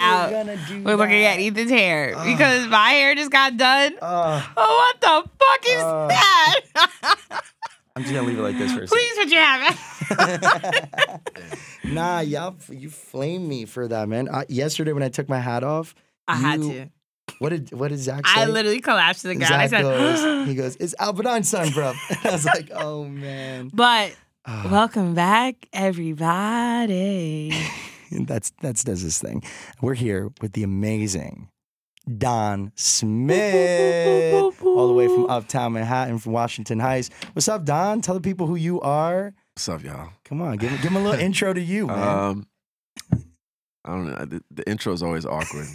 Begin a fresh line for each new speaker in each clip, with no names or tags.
up.
gonna do
We're looking
that.
at Ethan's hair because my hair just got done.
Uh,
oh, what the fuck is
uh.
that?
I'm just gonna leave it like this for a second.
Please, what you have?
nah, y'all, f- you flame me for that, man. Uh, yesterday when I took my hat off,
I had
you-
to.
What did what did Zach say?
I literally collapsed to the ground. I said,
Zach goes, he goes, it's Albert Einstein, bro. And I was like, oh man,
but
Ah.
welcome back, everybody.
And that's that's does this thing. We're here with the amazing Don Smith, all the way from uptown Manhattan, from Washington Heights. What's up, Don? Tell the people who you are.
What's up, y'all?
Come on, give, 'em- give 'em a little intro to you, man.
Um, I don't know. The, the intro is always awkward.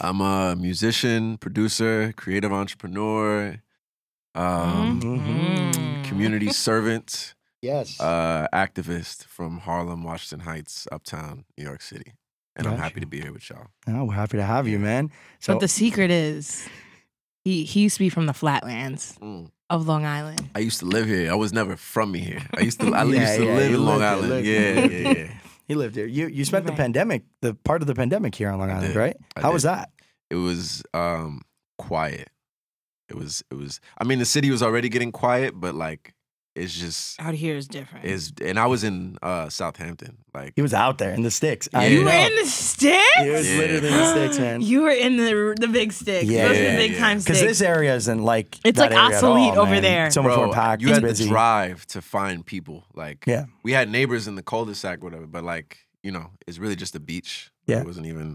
I'm a musician, producer, creative entrepreneur, um,
mhm.
Mm.
community servant,
yes.
uh, activist from Harlem, Washington Heights, uptown New York City, and I'm
Gotcha.
happy to be here with y'all.
Oh, we're happy to have you, man. So
But the secret is, he he used to be from the flatlands
Mm.
of Long Island.
I used to live here. I was never from here. I used to. I used to
yeah,
live
you
in Long
lived here,
Island.
lived
Yeah,
here.
yeah, yeah.
he lived here. You you spent the
Right.
pandemic, the part of the pandemic here on Long
I
Island,
did.
right?
I
How was
did.
that?
it was um quiet it was it was i mean the city was already getting quiet but like it's just
Out here is different.
is and i was in uh southampton like
He was out there in the sticks. I
You
you were
know.
in the sticks.
He was
Yeah.
literally in the sticks, man.
You were in the the big sticks.
Yeah,
Those are
yeah,
the big
yeah.
time
Because
sticks.
this area isn't like
It's like
that area at
obsolete
all,
over
man.
there.
So much
bro,
more packed.
you
it's
had
busy.
to drive to find people like
Yeah.
we had neighbors in the cul-de-sac whatever but like you know it's really just a beach Like,
Yeah.
it wasn't even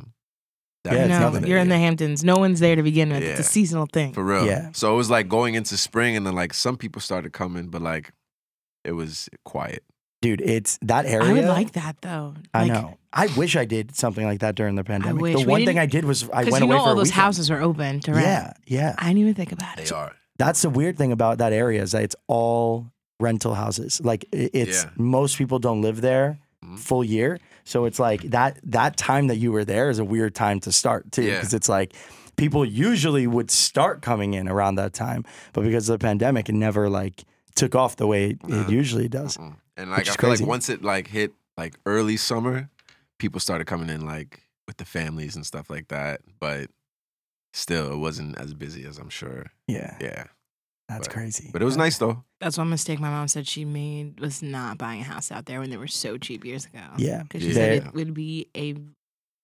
Yeah, it's
busy
no,
nothing.
you're in the Hamptons. No one's there to begin with. It's a
Yeah.
seasonal thing.
for real
Yeah.
so it was like going into spring and then like some people started coming but like it was quiet
dude. It's that area.
I would like that though.
I
Like,
know. I wish I did something like that during the pandemic.
wish.
The
We
one thing
didn't-
I did was I
Because
went
you
away
know
for
all
a
those
weekend.
houses are open to rent.
Yeah, yeah.
I didn't even think about it.
they are
That's the weird thing about that area is that it's all rental houses. Like i- it's
Yeah.
most people don't live there
Mhm.
full year, so it's like that that time that you were there is a weird time to start too,
Yeah.
because it's like people usually would start coming in around that time, but because of the pandemic, it never like took off the way it,
Nah.
usually does.
Mm-mm. Mm-hmm. And like I
is
feel
crazy.
like once it like hit like early summer, people started coming in like with the families and stuff like that. But still, it wasn't as busy as I'm sure.
Yeah,
Yeah,
that's
but-
crazy.
but it was
That's-
nice though.
That's one mistake my mom said she made was not buying a house out there when they were so cheap years ago.
Yeah,
Because she said
Yeah.
it would be a.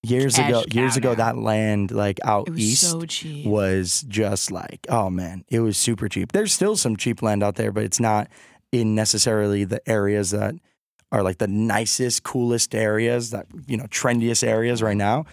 years ago,
Cash
years
cow
ago,
now.
that land like out
It was
east
so cheap.
was just like, oh man, it was super cheap. There's still some cheap land out there, but it's not in necessarily the areas that are like the nicest, coolest areas that you know, trendiest areas right now.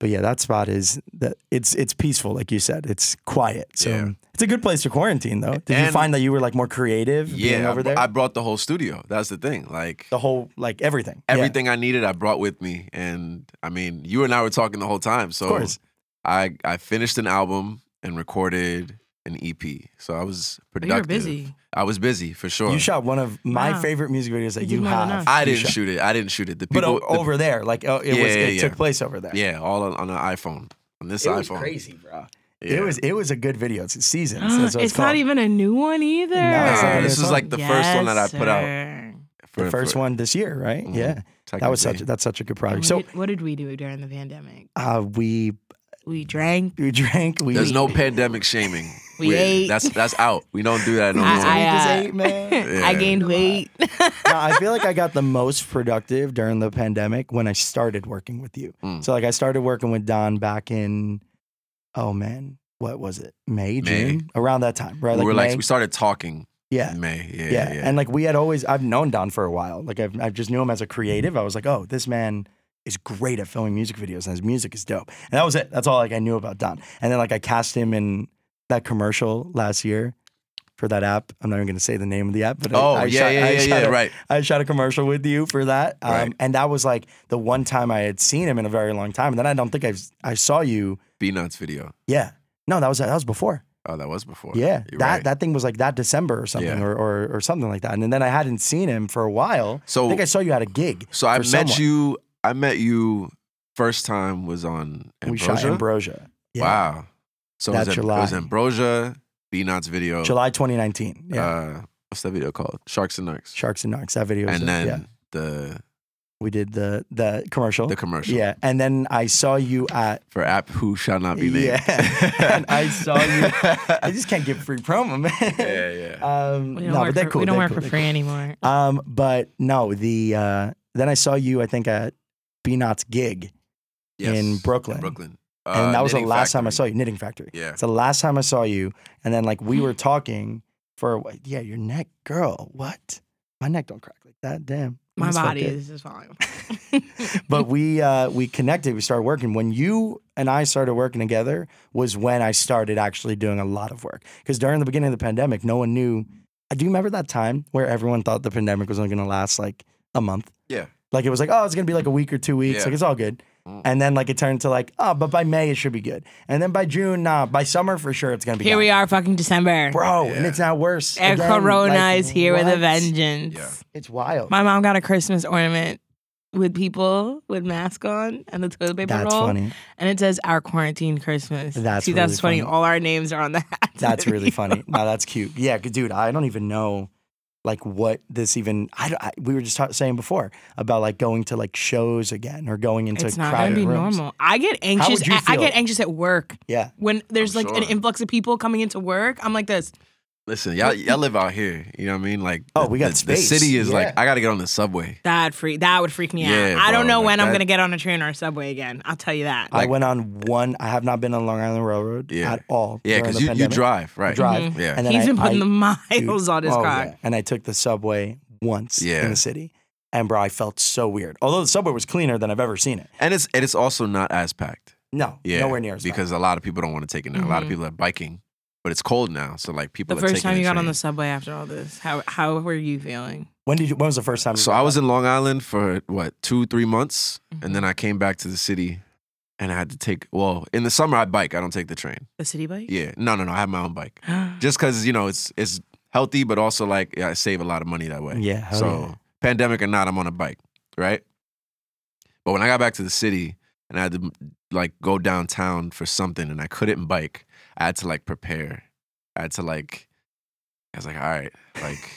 But yeah, that spot is that it's it's peaceful, like you said. It's quiet. So
Yeah.
it's a good place to quarantine though. Did you
And-
find that you were like more creative being
Yeah, I
over
br-
there?
I brought the whole studio. That's the thing. Like
the whole like everything. Yeah.
everything I needed, I brought with me. And I mean, you and I were talking the whole time. So
course.
I I finished an album and recorded an EP. So I was
But
productive.
you were busy.
I was busy for sure.
You shot one of my
Wow.
favorite music videos that
You did
you
more than
have.
us.
I
You
didn't
shot-
shoot it. I didn't shoot it. The
but
people,
o-
the-
over there, like oh, it
Yeah,
was,
yeah,
it
yeah.
took place over there.
Yeah, all on, on an iPhone. On this
it
iPhone.
was crazy, bro.
Yeah.
It was it was a good video. It's seasons. That's what
it's
it's, called.
not even a new one either.
Nah,
Nah,
it's
this was like the first one that I put out.
the first one this year, right?
Mhm.
Yeah, that was such that's such a good project. So
So, what did we do during the pandemic?
uh, we
We drank.
we drank. We
There's no pandemic shaming.
We ate.
That's that's out. We don't do that no
I-
more.
I-
just
uh,
ate, man.
Yeah.
I gained weight.
No, I feel like I got the most productive during the pandemic when I started working with you.
Mm.
So like I started working with Don back in oh man, what was it? May,
May.
June, around that time, right?
we were
May?
like we started talking
yeah.
in May. Yeah,
yeah.
yeah.
And like we had always, I've known Don for a while. Like I've, I just knew him as a creative. I was like, oh, this man is great at filming music videos and his music is dope. And that was it. That's all like I knew about Don. And then like I cast him in that commercial last year for that app. I'm not even going to say the name of the app, but I-
oh,
I,
yeah,
shot,
yeah,
I
yeah,
shot
yeah,
a-
right.
I shot a commercial with you for that. Um,
Right.
And that was like the one time I had seen him in a very long time. And then I don't think I've, I saw you.
B nuts video.
Yeah. No, that was that was before.
Oh, that was before.
Yeah,
You're
that
right.
that thing was like that December or something,
Yeah.
or, or or something like that. And then I hadn't seen him for a while. I
So
think I saw you at a gig.
so I
for
met
someone.
you. I met you first time was on
We
Ambrosia.
shot Ambrosia. Yeah.
Wow. So
That
it was, Am- it was
July.
Ambrosia, B nuts video.
July 2019. Yeah,
Uh, what's that video called? Sharks and Narcs.
Sharks and Narcs. That video. Was
and
it.
then
yeah.
the
We did the the commercial.
The commercial
Oh, yeah, and then I saw you at
for app who shall not be named.
yeah, and I saw you. I just can't give free promo, man.
yeah, yeah.
Um,
We don't
no,
work
but they're
for,
cool.
we don't
they're
work
cool,
for
they're
free anymore.
cool. Um, but no, the uh, then I saw you. I think at B Not's gig,
Yes,
in Brooklyn.
Brooklyn. Uh,
and that was the last time I saw you. Knitting Factory.
Yeah.
It's the last time I saw you. And then like we were talking for a wh- yeah, your neck, girl. What? My neck don't crack like that. Damn. I
My
just felt
body
it.
is just falling.
But we uh, we connected. We started working. When you and I started working together was when I started actually doing a lot of work. Because during the beginning of the pandemic, no one knew. Do you remember that time where everyone thought the pandemic was only going to last like a month?
Yeah.
Like it was like, oh, it's gonna be like a week or two weeks.
Yeah.
Like it's all good.
Mm.
And then like it turned to like, oh, but by May it should be good. And then by June, nah, by summer for sure it's gonna be
Here we are, fucking December.
Bro, and
Yeah.
it's now worse.
And
Again,
Corona
like,
is here with
what?
a vengeance.
Yeah.
It's wild.
My mom got a Christmas ornament with people with mask on and the toilet paper
That's
roll,
funny.
and it says "Our Quarantine Christmas."
That's really
2020.
funny.
All our names are on the hat.
That's really funny. No, that's cute. Yeah, 'cause, dude, I don't even know like what this even. I, don't- I- we were just ta- saying before about like going to like shows again or going into
It's not gonna
crowded
be
rooms.
normal. I get
would
anxious.
you
I, I
feel?
get anxious at work
Yeah,
when there's
I'm
like an
sure.
influx of people coming into work. I'm like this.
Listen, y'all, y'all live out here. You know what I mean? Like,
Oh,
the-
we got
the,
space.
The city is
Yeah.
like, I got to get on the subway.
That freak. That would freak me
Yeah,
out. I don't
bro,
know
like
when I'm
that-
gonna get on a train or a subway again. I'll tell you that.
I
Like-
went on one. I have not been on Long Island Railroad
Yeah.
at all.
Yeah,
during
because
the
you, you
pandemic.
drive, right? Mm-hmm.
Drive.
Mhm.
Yeah.
And then
He's
I-
been putting
I-
the
Dude,
miles on his
oh,
car.
yeah. And I took the subway once
Yeah.
in the city. And bro, I felt so weird. Although the subway was cleaner than I've ever seen it.
And it's and it's also not as packed.
No,
Yeah.
nowhere near as bad.
Because a lot of people don't want to take it now. A lot of
Mhm.
people are biking, but it's cold now. So, like, people
The
are
first
taking
time you got on
train.
the subway after all this, how how were you feeling?
When did you? When was the first time? you
So
did
I
that?
was in Long Island for what two, three months,
Mhm.
and then I came back to the city, and I had to take. Well, in the summer I bike. I don't take the train.
The city bike?
Yeah, no, no, no. I have my own bike, just because you know it's it's healthy, but also like yeah, I save a lot of money that way.
Yeah. hell
so pandemic or not, I'm on a bike, right? But when I got back to the city and I had to like go downtown for something, and I couldn't bike, I had to like prepare. I had to like, I was like, all right, like,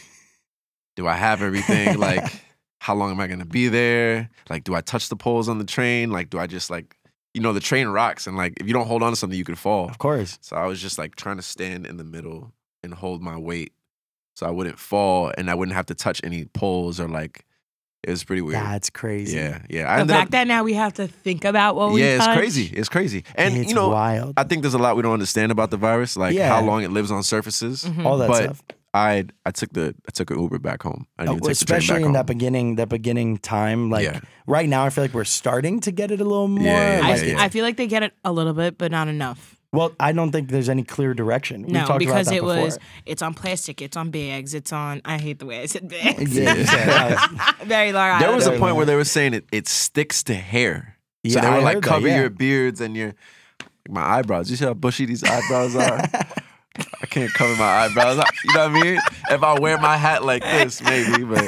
do I have everything? Like, how long am I gonna be there? Like, do I touch the poles on the train? Like, do I just like, you know, the train rocks, and like, if you don't hold on to something, you could
yeah.
fall.
Of course.
So I was just like trying to stand in the middle and hold my weight so I wouldn't fall and I wouldn't have to touch any poles or like it was pretty weird.
That's crazy.
yeah, yeah.
the
I
fact
ended up,
that now we have to think about what we
yeah, it's
touch.
crazy. It's crazy. And
it's
you know,
wild.
I think there's a lot we don't understand about the virus, like
Yeah.
how long it lives on surfaces.
Mhm.
All that
but
stuff.
I I took the I took an Uber back home. I didn't even
Oh,
take the train
especially
back
in
home.
that beginning, that beginning time. Like
Yeah.
right now, I feel like we're starting to get it a little more.
yeah,
I,
like,
yeah, yeah.
I feel like they get it a little bit, but not enough.
Well, I don't think there's any clear direction. We've
no,
talked
because
about that
it
before.
was it's on plastic, it's on bags, it's on. I hate the way I said bags.
Yeah,
Very long.
there was a
Very
point where
long.
they were saying it it sticks to hair.
Yeah,
so they
I
were like
heard that,
cover
yeah.
your beards and your my eyebrows. You see how bushy these eyebrows are? I can't cover my eyebrows. I- You know what I mean? If I wear my hat like this, maybe, but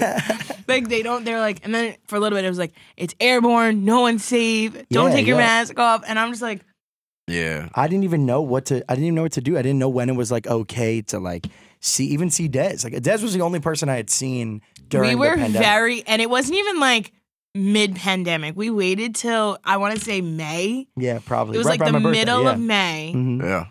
Like they don't. They're like, and then for a little bit, it was like it's airborne. No one's safe. Don't
Yeah,
take your
yeah.
mask off. And I'm just like,
yeah.
I didn't even know what to. I didn't even know what to do. I didn't know when it was like okay to like see even see Dez. Like Dez was the only person I had seen during
we were
the pandemic.
very, and it wasn't even like mid-pandemic. We waited till I want to say May.
yeah, probably.
It was
right by
like the
my birthday,
middle
yeah.
of May.
Mhm.
Yeah.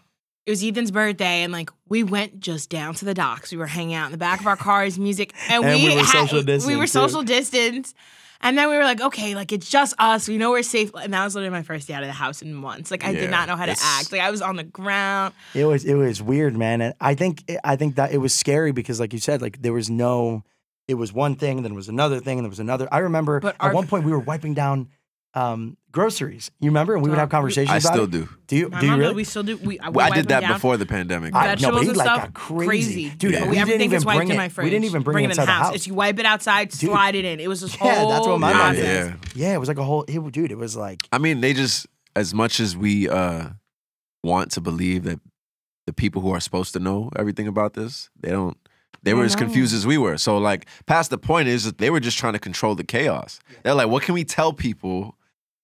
It was Ethan's birthday, and like we went just down to the docks. We were hanging out in the back of our cars, music, and,
And we were
had-
social
We
distanced,
were
too.
social distance, and then we were like, okay, like it's just us. We know we're safe. And that was literally my first day out of the house in months. Like I
Yeah,
did not know how to
it's-
act. Like I was on the ground.
It was it was weird, man. And I think I think that it was scary because, like you said, like there was no. It was one thing, then it was another thing, and there was another. I remember
But
at
our-
one point we were wiping down um, groceries. You remember, and we would
Dog,
have
we-
conversations.
I
about
still
it.
do.
do. You
My
do you
mom,
really?
we still do. We, I,
Well, I did that before the pandemic.
I-
but-
no, but
vegetables
he
and
like
stuff.
got crazy, dude.
dude.
Yeah.
We
we
have
didn't
things
even
that's wiped
bring
in
it-
my fridge.
We didn't even bring,
it
it
in
inside
the house.
house.
It's you wipe it outside,
Dude.
slide it in. It was this whole
Yeah, that's what my mom
yeah,
did.
process.
yeah.
Yeah, it was like a whole. It, dude, it was like
I mean, they just as much as we uh want to believe that the people who are supposed to know everything about this, they don't they
They
were
don't
as
know.
confused as we were. So like past the point is that they were just trying to control the chaos. They're like, what can we tell people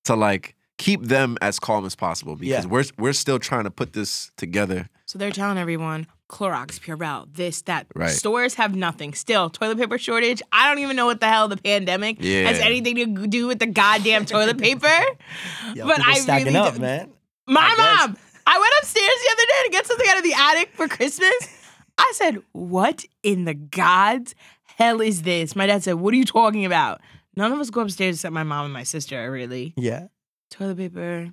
to like keep them as calm as possible? Because
Yeah.
we're we're still trying to put this together.
So they're telling everyone Clorox, Purell, this, that.
Right.
Stores have nothing. Still, toilet paper shortage. I don't even know what the hell the pandemic
Yeah.
has anything to g- do with the goddamn toilet paper.
Yo,
but
people
I
stacking
really
up,
do-
man.
My
I guess.
mom, I went upstairs the other day to get something out of the attic for Christmas. I said, What in the God's hell is this? My dad said, What are you talking about? None of us go upstairs except my mom and my sister, really.
Yeah,
Toilet paper,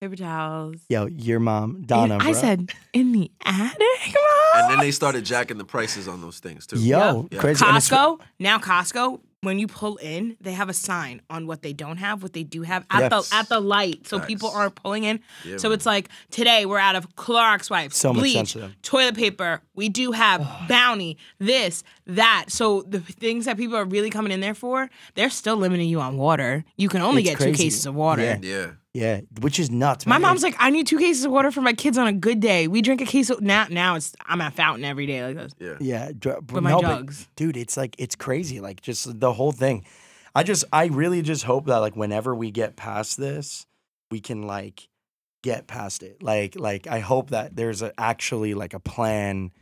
paper towels.
yo, your mom, Donna.
And I
bro.
said, In the attic,
And
mom?
then they started jacking the prices on those things too.
yo,
Yeah.
crazy. And it's-
Costco, now Costco, when you pull in, they have a sign on what they don't have, what they do have at
Yes.
the at the light. So people
Nice.
aren't pulling in.
Yeah,
so
man.
it's like today we're out of Clorox wipes,
So much sense
bleach,
to them.
toilet paper. We do have bounty, this, that. So the things that people are really coming in there for, they're still limiting you on water. You can only
It's
get two
crazy.
cases of water.
Yeah.
Yeah.
yeah, which is nuts.
My
Man.
mom's like, I need two cases of water for my kids on a good day. We drink a case of now. Now it's I'm at fountain every day like this.
Yeah.
Yeah, dr-
With my jugs.
dude, it's like it's crazy. Like just the whole thing. I just, I really just hope that like whenever we get past this, we can like get past it. Like, like I hope that there's a, actually like a plan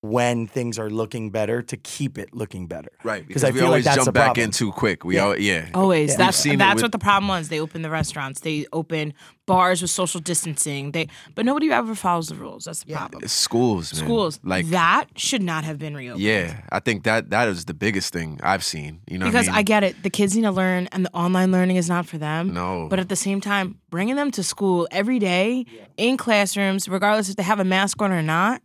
when things are looking better to keep it looking better.
Right. Because,
I
we
feel like
always
that's the
jump back
problem.
in too quick. We
Yeah. Oh.
all yeah.
Always.
Yeah.
That's
We've seen it
that's
with-
what the problem was. They open the restaurants. They open bars with social distancing. They but nobody ever follows the rules. That's the problem.
Schools, man.
Schools
Like
that should not have been reopened.
yeah, I think that that is the biggest thing I've seen. You know, what
Because I,
I, mean?
get it, the kids need to learn, and the online learning is not for them.
No.
But at the same time, bringing them to school every day in classrooms, regardless if they have a mask on or not,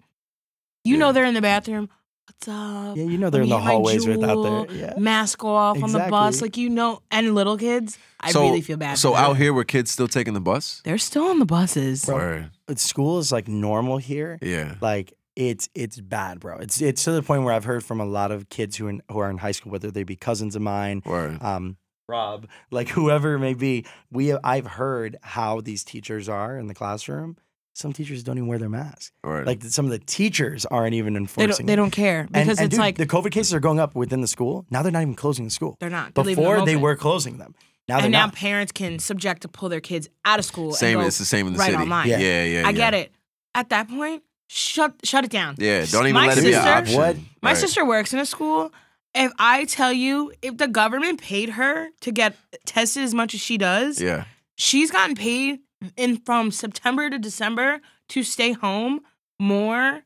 you know
Yeah.
they're in the bathroom. What's up?
Yeah, you know they're
Let me
in the
hit my
hallways without
jewel,
there. Yeah.
Mask off on the bus,
Exactly.
like you know, and little kids. I
so,
really feel bad.
So
for them.
out here, were kids still taking the bus?
they're still on the buses.
Bro.
Word.
But school is like normal here.
Yeah.
like it's it's bad, bro. It's it's to the point where I've heard from a lot of kids who are in, who are in high school, whether they be cousins of mine,
Word.
um, Rob, like whoever it may be. We I've heard how these teachers are in the classroom. Some teachers don't even wear their masks.
Word.
Like some of the teachers aren't even
They
enforcing.
don't. They
it.
don't care
And-
because
and
it's
dude,
like
the COVID cases are going up within the school. Now they're not even closing the school.
they're not. They're leaving them
Before they
open.
were closing them. Now they're
and now
not.
parents can subject to pull their kids out of school.
same.
And go
It's the same in the
right
city.
online.
Yeah. Yeah. yeah
I get it. At that point, shut shut it down.
Yeah. Don't even
My
let it be an
sister-
option.
What?
My
Right.
sister works in a school. If I tell you, if the government paid her to get tested as much as she does,
Yeah.
she's gotten paid in from September to December to stay home more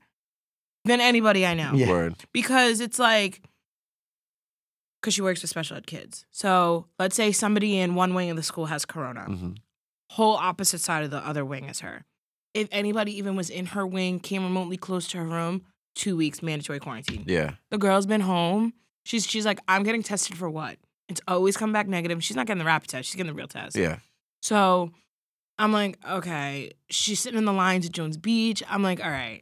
than anybody I know.
Yeah.
Word.
because it's like because she works with special ed kids so let's say somebody in one wing of the school has corona
hmm
whole opposite side of the other wing is her if anybody even was in her wing came remotely close to her room two weeks mandatory quarantine
Yeah.
the girl's been home she's she's like i'm getting tested for what it's always come back negative she's not getting the rapid test she's getting the real test
Yeah.
so I'm like, okay. She's sitting in the line to Jones Beach. I'm like, all right.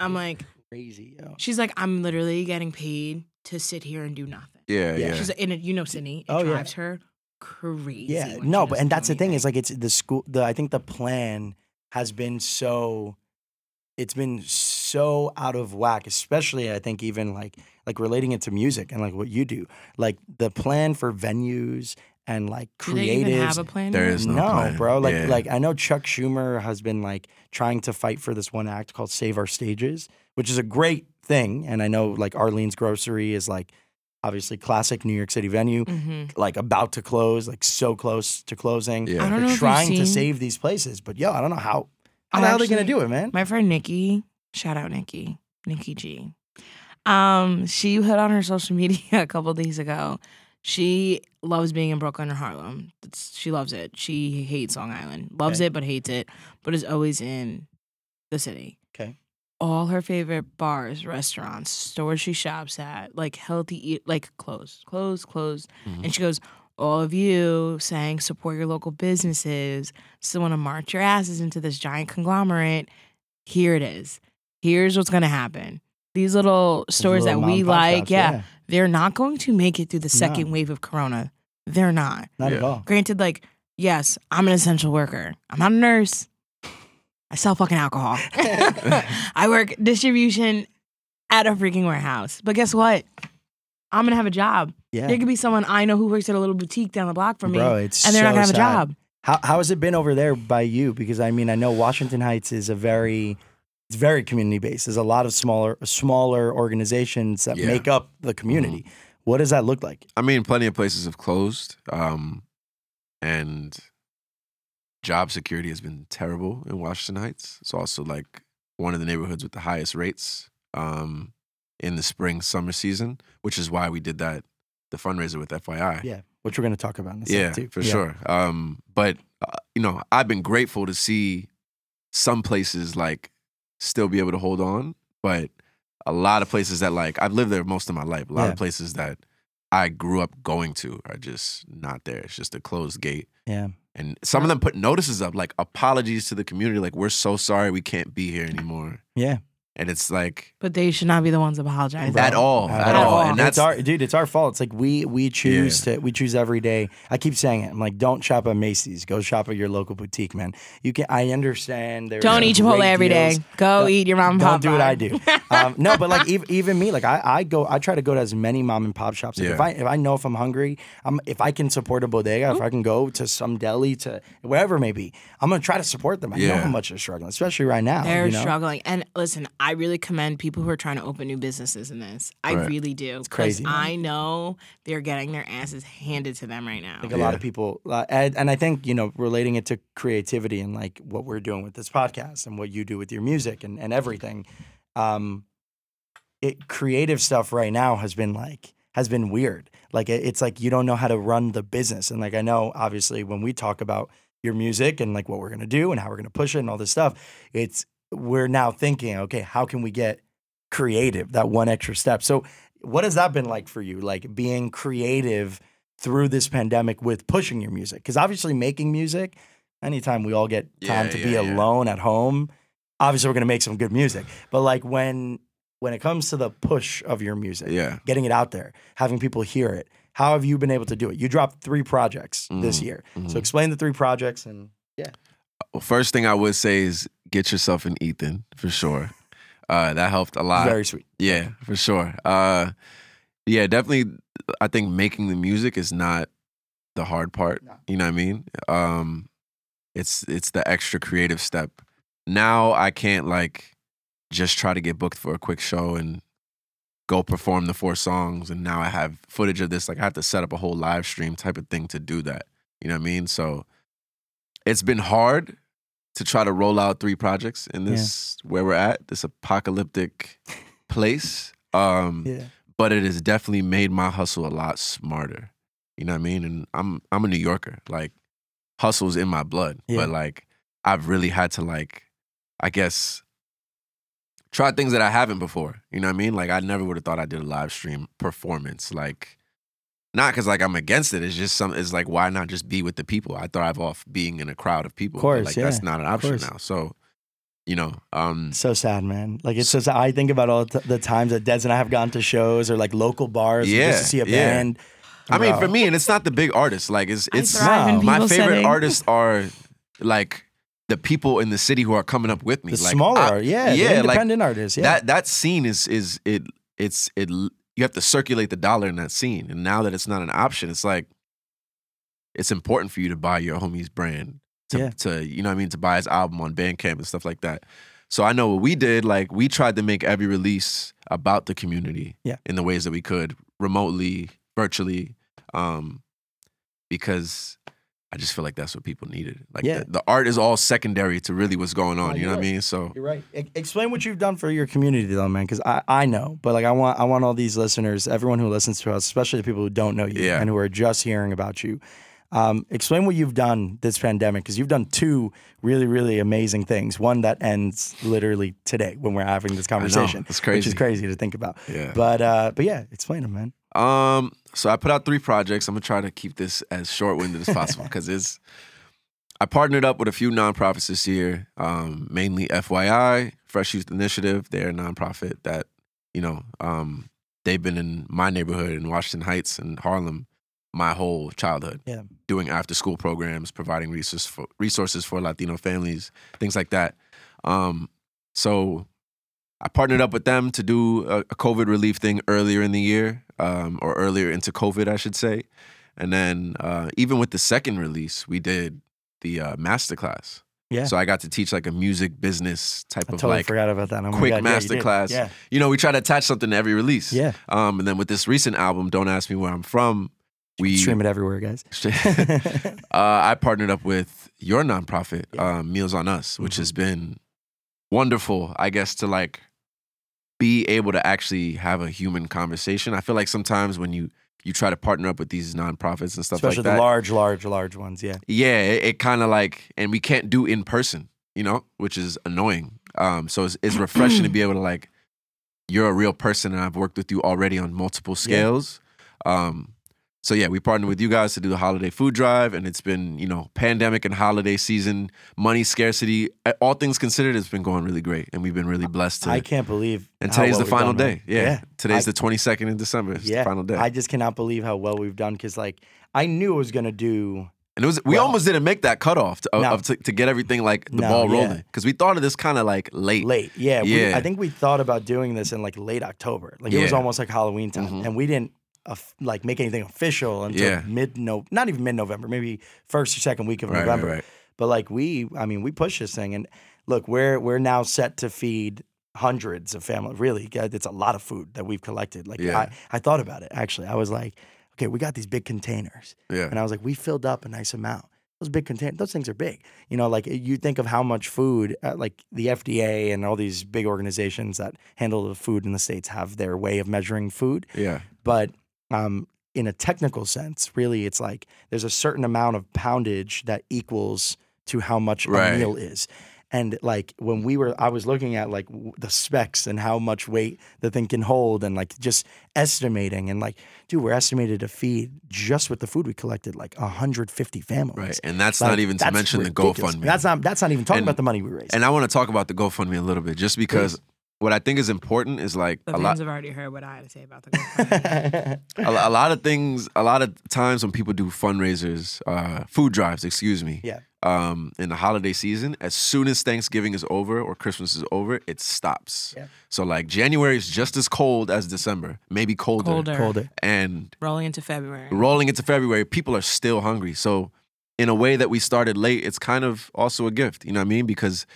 I'm like,
Crazy, yo.
She's like, I'm literally getting paid to sit here and do nothing.
Yeah.
Yeah.
Yeah.
She's like, and it, you know, Sydney, it
Oh, yeah.
drives her crazy.
Yeah,
when she
no, but
doesn't
and
do
that's the thing is
anything.
like it's the school. The I think the plan has been so, it's been so out of whack. Especially I think even like like relating it to music and like what you do, like the plan for venues and like
do they even have
creatives.
a plan?
There
now?
is no,
No,
plan.
bro. Like,
Yeah.
like I know Chuck Schumer has been like trying to fight for this one act called Save Our Stages, which is a great thing. And I know like Arlene's Grocery is like obviously classic New York City venue
Mhm.
like about to close, like so close to closing.
Yeah. I
don't know if
They're
you've
trying to
seen-
save these places, but yo, I don't know how. How
Oh,
the hell are they gonna
actually,
do it, man?
My friend Nikki, shout out Nikki, Nikki G. Um, she put on her social media a couple days ago. She loves being in Brooklyn or Harlem. It's, she loves it. She hates Long Island. Loves
Okay.
it, but hates it. But is always in the city.
Okay.
all her favorite bars, restaurants, stores she shops at, like healthy eat, like closed, closed, closed.
Mm-hmm.
Mhm.
And she goes, all of you saying support your local businesses, still want to march your asses into this giant conglomerate. Here it is. Here's what's gonna happen. These little
These
stores
little
that we
mom-and-pop
like,
shops,
yeah, they're not going to make it through the
No.
second wave of Corona. They're not.
not at
Yeah.
all.
Granted, like, yes, I'm an essential worker. I'm not a nurse. I sell fucking alcohol. I work distribution at a freaking warehouse. But guess what? I'm gonna have a job.
Yeah,
There could be someone I know who works at a little boutique down the block from me,
bro, it's
and they're
so
not gonna have
sad.
a job.
How how has it been over there by you? Because I mean, I know Washington Heights is a very It's very community based. There's a lot of smaller smaller organizations that
Yeah. Mm-hmm.
make up the community. What does that look like?
I mean, plenty of places have closed, um, and job security has been terrible in Washington Heights. It's also like one of the neighborhoods with the highest rates um, in the spring summer season, which is why we did that the fundraiser with FYI.
Yeah, which we're going to talk about in a
yeah,
second too.
for sure. Um, but uh, you know, I've been grateful to see some places like still be able to hold on, but a lot of places that like I've lived there most of my life. A lot
Yeah.
of places that I grew up going to are just not there. It's just a closed gate.
Yeah,
And some of them put notices up like apologies to the community, like we're so sorry we can't be here anymore.
yeah.
And it's like
But they should not be the ones apologizing.
At all,
at all.
And
it's
that's-
our dude. It's our fault. It's like we we choose to we choose every day. I keep saying it. I'm like, don't shop at Macy's. Go shop at your local boutique, man. You can. I understand. There's
Don't eat Chipotle
great
every day.
deals.
Go
Don't-
eat your mom and
Don't
pop.
do what
bar.
I do. Um, no, but like even, even me, like I, I go, I try to go to as many mom and pop shops. Like
Yeah.
If I if I know if I'm hungry, I'm if I can support a bodega, if I can go to some deli to wherever it may be, I'm gonna try to support them. I know
Yeah.
how much they're struggling, especially right now.
They're
Oh, you know?
struggling. And listen, I really commend people who are trying to open new businesses in this. I
Right.
really do. It's
crazy, man.
I know they're getting their asses handed to them right now.
Like a lot
Yeah.
of people, uh, and, and I think you know, relating it to creativity and like what we're doing with this podcast and what you do with your music and and everything, um, it creative stuff right now has been like has been weird. Like it, it's like you don't know how to run the business, and like I know obviously when we talk about your music and like what we're gonna do and how we're gonna push it and all this stuff, it's we're now thinking, okay, how can we get creative that one extra step? So what has that been like for you? Like being creative through this pandemic with pushing your music? Because obviously, making music, anytime we all get time
Yeah,
to
yeah,
be
yeah.
alone at home, obviously we're gonna make some good music. But like when when it comes to the push of your music,
yeah.
getting it out there, having people hear it, how have you been able to do it? You dropped three projects this
Mhm,
year,
mhm.
so explain the three projects and
Well, first thing I would say is get yourself an Ethan for sure. Uh, that helped a lot.
very sweet.
Yeah, for sure. Uh, yeah, definitely. I think making the music is not the hard part.
No.
You know what I mean? Um, it's it's the extra creative step. Now I can't like just try to get booked for a quick show and go perform the four songs. And now I have footage of this. Like I have to set up a whole live stream type of thing to do that. You know what I mean? So it's been hard to try to roll out three projects in this where we're at this apocalyptic place. Um,
Yeah,
But it has definitely made my hustle a lot smarter. You know what I mean? And I'm I'm a New Yorker. Like hustle's in my blood.
Yeah.
But like I've really had to like, I guess, try things that I haven't before. You know what I mean? Like I never would have thought I did a live stream performance. Like not because like I'm against it. It's just some. It's like why not just be with the people? I thrive off being in a crowd of people. but,
Course,
like
yeah.
that's not an option
course.
now. So, you know, um,
so sad, man. Like it's just I think about all the the times that Des and I have gone to shows or like local bars
Yeah,
just to see a
yeah.
band.
I mean,
Bro.
for me, and it's not the big artists. Like it's
I
it's
thrive in
no.
my
people
favorite
setting.
artists are like the people in the city who are coming up with me.
the
like,
smaller,
I-
yeah, the
yeah, like,
independent artists, yeah.
That that scene is is it it's it. You have to circulate the dollar in that scene, and now that it's not an option, it's like it's important for you to buy your homie's brand to
Yeah.
to you know what I mean to buy his album on Bandcamp and stuff like that. So I know what we did. Like we tried to make every release about the community
Yeah.
in the ways that we could, remotely, virtually, um, because I just feel like that's what people needed. Like
Yeah.
the, the art is all secondary to really what's going on.
Oh,
you know what I
yeah.
mean? So
You're right. E- explain what you've done for your community, though, man, because I, I know, but like I want I want all these listeners, everyone who listens to us, especially the people who don't know you
Yeah.
and who are just hearing about you. Um, explain what you've done this pandemic, because you've done two really really amazing things. One that ends literally today when we're having this
I know,
conversation,
It's
which
crazy.
is crazy to think about.
Yeah.
But uh, but yeah, explain them, man.
Um, so I put out three projects. I'm gonna try to keep this as short winded as possible because it's. I partnered up with a few nonprofits this year, um, mainly FYI, Fresh Youth Initiative. They're a nonprofit that, you know, um, they've been in my neighborhood in Washington Heights and Harlem my whole childhood,
Yeah.
doing after school programs, providing resources for, resources for Latino families, things like that. Um, so I partnered up with them to do a, a COVID relief thing earlier in the year, um, or earlier into COVID, I should say. And then uh, even with the second release, we did the uh, masterclass,
Yeah.
So I got to teach like a music business type
I
of
totally
like,
forgot about that. Oh my
quick
God, yeah, you did.
masterclass.
Yeah,
you know, we try to attach something to every release.
yeah.
Um, and then with this recent album, Don't Ask Me Where I'm From, we
Stream it everywhere, guys.
uh, I partnered up with your nonprofit,
Yeah. Mm-hmm.
uh, Meals on Us, which has been wonderful, I guess, to like be able to actually have a human conversation. I feel like sometimes when you you try to partner up with these nonprofits and stuff
Especially
like that,
the large, large, large ones. Yeah.
yeah, it, it kind of like, and we can't do in person, you know, which is annoying. Um, so it's, it's refreshing to be able to like, you're a real person, and I've worked with you already on multiple scales. Um, so yeah, we partnered with you guys to do the holiday food drive, and it's been you know pandemic and holiday season, money scarcity, uh, all things considered, it's been going really great, and we've been really blessed to.
I can't believe.
and
how
today's
well
the
we've
final
done, man.
day. Yeah, today's the 22nd of December. It's
Yeah.
the final day,
I just cannot believe how well we've done because, like, I knew I was gonna do.
and it was we
well-
almost didn't make that cutoff to, of-
No.
of- to, to get everything like the
No,
ball
yeah.
rolling because we thought of this kind of like late.
late. Yeah, We,
Yeah.
I think we thought about doing this in like late October. Like it was
Yeah.
almost like Halloween time,
Mhm.
and we didn't uh, like make anything official until
Yeah.
mid no, not even mid November, maybe first or second week of
Right, right,
November.
right.
But like we, I mean, we pushed this thing, and look, we're we're now set to feed hundreds of families. Really, God, it's a lot of food that we've collected. Like
Yeah.
I, I thought about it actually. I was like, okay, we got these big containers.
Yeah.
And I was like, we filled up a nice amount. Those big containers, those things are big. You know, like you think of how much food, uh, like the FDA and all these big organizations that handle the food in the States have their way of measuring food.
Yeah.
But um, in a technical sense, really, it's like there's a certain amount of poundage that equals to how much
Right.
a meal is. And like when we were, I was looking at like w- the specs and how much weight the thing can hold and like just estimating. And like, dude, we're estimated to feed just with the food we collected like 150 families.
Right. And that's
Like,
not even to
that's
mention
ridiculous.
the GoFundMe.
That's not, that's not even talking
And-
about the money we raised.
and I want to talk about the GoFundMe a little bit just because what I think is important is like
The
a
fans
lot
have already heard what I had to say about the GoFundMe.
a, a lot of things a lot of times when people do fundraisers, uh food drives, excuse me.
Yeah.
Um in the holiday season, as soon as Thanksgiving is over or Christmas is over, it stops.
Yeah.
So like January is just as cold as December, maybe colder.
Colder.
Colder.
And
Rolling into February.
rolling into February, people are still hungry. So, in a way that we started late, it's kind of also a gift. You know what I mean? Because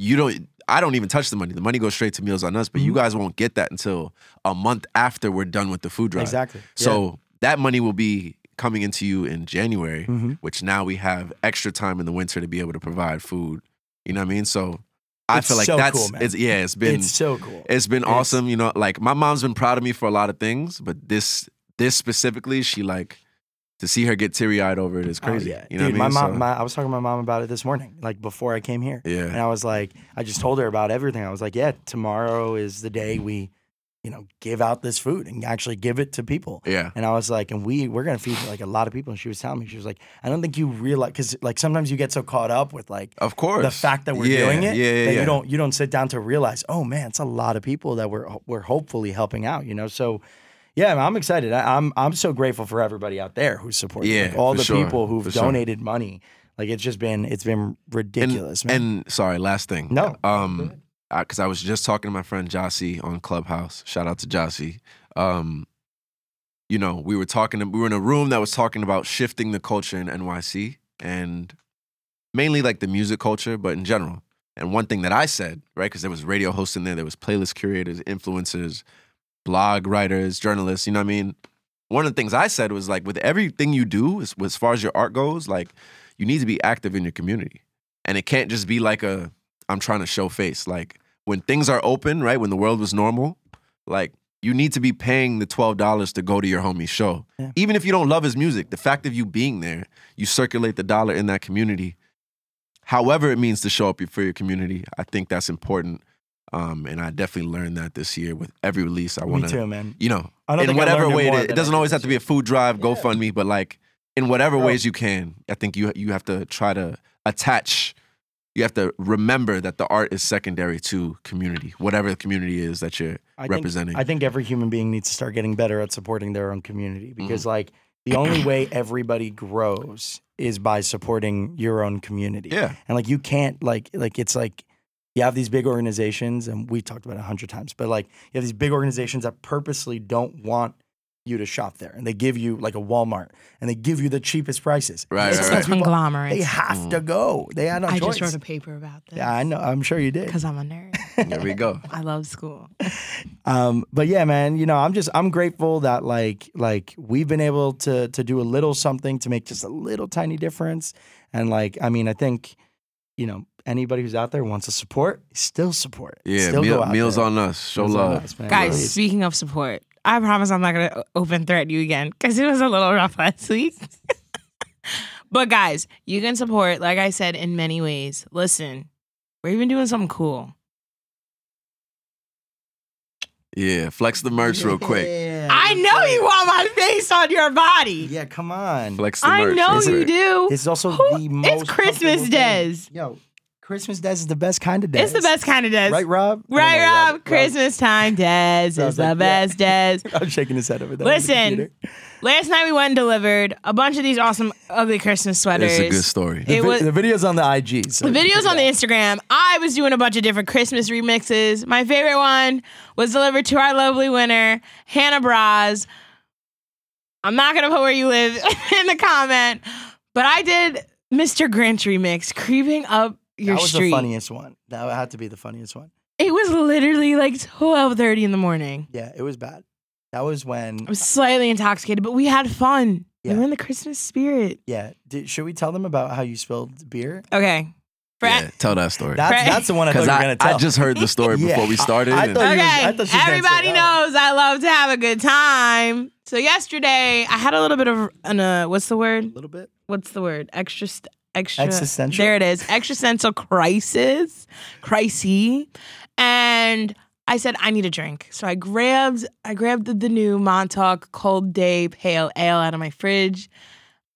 you don't, I don't even touch the money. The money goes straight to Meals on Us, but
Mm-hmm.
you guys won't get that until a month after we're done with the food drive.
Exactly. Yeah.
So, that money will be coming into you in January,
Mhm.
which now we have extra time in the winter to be able to provide food. You know what I mean? So, I
It's
feel like
so
that's,
cool, man.
it's, yeah, it's been,
it's so cool.
it's been
It's-
awesome. You know, like my mom's been proud of me for a lot of things, but this this specifically, she like to see her get teary eyed over it is
Oh,
crazy.
yeah.
You know
Dude,
what I mean?
my mom,
So,
my, I was talking to my mom about it this morning, like before I came here.
yeah.
And I was like, I just told her about everything. I was like, yeah, tomorrow is the day we, you know, give out this food and actually give it to people.
yeah.
And I was like, and we we're gonna feed like a lot of people. And she was telling me, she was like, I don't think you realize because like sometimes you get so caught up with like
Of course.
the fact that we're
Yeah,
doing it
Yeah, yeah,
that
yeah.
you don't you don't sit down to realize, oh man, it's a lot of people that we're we're hopefully helping out. You know, so. Yeah, I'm excited. I, I'm I'm so grateful for everybody out there who's supporting.
Yeah,
like, all
for
the
sure,
people who've
for sure.
donated money. Like it's just been it's been
and,
ridiculous, man.
and sorry, last thing.
No.
Um, because I, was just talking to my friend Jossie on Clubhouse. Shout out to Jossie. Um, you know, we were talking. We were in a room that was talking about shifting the culture in NYC and mainly like the music culture, but in general. And one thing that I said, right, because there was radio hosts in there, there was playlist curators, influencers, blog writers, journalists. You know what I mean? One of the things I said was like, with everything you do, as, as far as your art goes, like you need to be active in your community and it can't just be like a i'm trying to show face like when things are open right when the world was normal like you need to be paying the $12 to go to your homie's show
Yeah.
even if you don't love his music the fact of you being there you circulate the dollar in that community however it means to show up for your community i think that's important um, and i definitely learned that this year with every release i
Me
want to
too, man.
you know
I don't
in
think I
whatever
learned
way it
more
is. It
than
doesn't
I
always
did
have to
this
be a food drive,
Yeah.
GoFundMe, but like in whatever
Bro.
ways you can, I think you you have to try to attach. You have to remember that the art is secondary to community, whatever the community is that you're
I think-
representing.
I think every human being needs to start getting better at supporting their own community
Mm-hmm.
because, like, the only way everybody grows is by supporting your own community.
yeah,
And like, you can't like like it's like you have these big organizations, and we talked about it a hundred times, but like you have these big organizations that purposely don't want you to shop there, and they give you like a Walmart, and they give you the cheapest prices.
Right,
It's
It's
right,
the
right. Mm.
because people-
conglomerate.
They have to go. They had no
I
choice.
just wrote a paper about this.
yeah, I know. I'm sure you did.
Because I'm a nerd.
There we go.
I love school.
Um, but yeah, man, you know, I'm just I'm grateful that like like we've been able to to do a little something to make just a little tiny difference. And like, I mean, I think, you know, anybody who's out there wants to support, still support.
Yeah,
still
meal,
go out
meals
there.
on us. Show
Meals on
love.
us, man.
Guys,
Please.
speaking of support, I promise I'm not going to open thread you again because it was a little rough last week. but guys, you can support, like I said, in many ways. Listen, we're even doing something cool.
Yeah, flex the merch real quick.
Yeah,
I know you want my face on your body.
Yeah, come on.
Flex the
I
merch.
know
real
you
quick.
do.
it's also
Who-
the
it's
most
Christmas
comfortable
Des.
thing. Yo, Christmas Des is the best kind of Des.
It's the best kind of Des.
Right, Oh Rob? I
Right,
know,
Rob? Christmas time, Des is
Rob's
the
like, yeah.
best, Des.
I'm shaking his head over there. on the
Listen,
computer.
Last night we went and delivered a bunch of these awesome, ugly Christmas sweaters.
It's a good story.
It
the, vi-
was-
the video's on the IG.
The videos on the Instagram. I was doing a bunch of different Christmas remixes. My favorite one was delivered to our lovely winner, Hannah Braz. I'm not gonna put where you live in the comment, but I did Mr. Grinch remix, creeping up your
that was
street.
the funniest one. That had to be the funniest one.
It was literally like 12:30 in the morning.
Yeah, it was bad. That was when.
I was slightly intoxicated, but we had fun.
Yeah.
We were in the Christmas spirit.
Yeah, Did, should we tell them about how you spilled beer?
Okay, Brett.
Yeah, tell that story.
That's
Right.
that's the one I thought
Because
you were
I,
gonna tell.
I just heard the story
Yeah.
before we started.
I
and-
thought- you-
okay.
thought she was gonna say oh.
Everybody
that.
knows I love to have a good time. So yesterday I had a little bit of an uh, what's the
a
word?
little bit.
What's the word? Extra st- extra
Existential?
There it is. Existential crisis, crisis. And I said I need a drink. So I grabbed I grabbed the, the new Montauk Cold Day Pale Ale out of my fridge.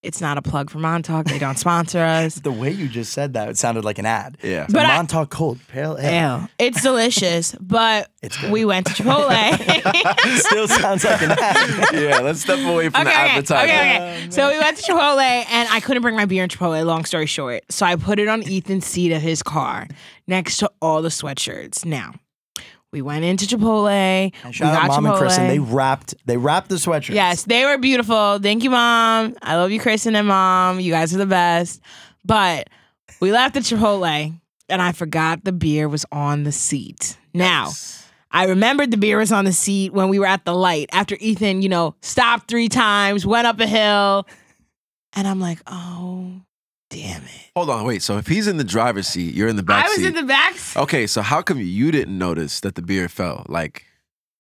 It's not a plug for Montauk. They don't sponsor us.
The way you just said that, it sounded like an ad.
yeah.
It's a
But I-
Montauk Cold Pale Ale.
Ale. It's delicious, but
It's good.
we went to Chipotle.
Still sounds like an ad. Oh,
yeah, let's step away from the advertisement.
Okay, okay. so we went to Chipotle and I couldn't bring my beer in Chipotle, long story short. So I put it on Ethan's seat of his car next to all the sweatshirts. Now, we went into Chipotle.
And
we
shout out
got
mom and Chris, and
Chipotle.
they wrapped they wrapped the sweatshirt.
Yes, they were beautiful. Thank you, mom. I love you, Kristen and mom. You guys are the best. But we left the Chipotle and I forgot the beer was on the seat. Now, I remembered the beer was on the seat when we were at the light after Ethan, you know, stopped three times, went up a hill. And I'm like, oh, damn it.
Hold on, wait. So if he's in the driver's seat, you're in the back
I was
seat.
in the back seat.
Oh,
okay, so how come you didn't notice that the beer fell? Like,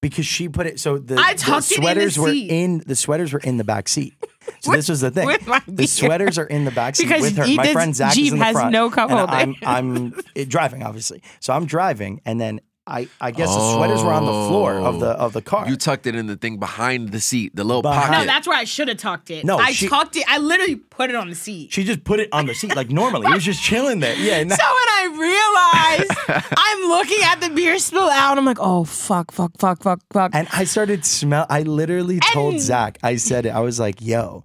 because she put it. So the,
I
the
tucked it in the
sweaters were
seat.
in the sweaters were in the back seat. So
With-
this was the thing.
with my
the
beer.
sweaters are in the back seat
Because
with her. My
Ethan's
friend Zach is
Jeep
in the
has
front.
no cup
and
holder.
I'm I'm eh, driving obviously. So I'm driving, and then I I guess the sweaters were on the floor of the of the car.
you tucked it in the thing behind the seat, the little
Behind-
pocket.
No, that's where I should have tucked it.
No,
I
she-
tucked it. I literally put it on the seat.
she just put it on the seat like normally. It was just chilling there. Yeah.
So when I realized I'm looking at the beer spill out, I'm like, oh fuck, fuck, fuck, fuck, fuck.
And I started smell. I literally told
And-
Zach. I said it. I was like, "Yo,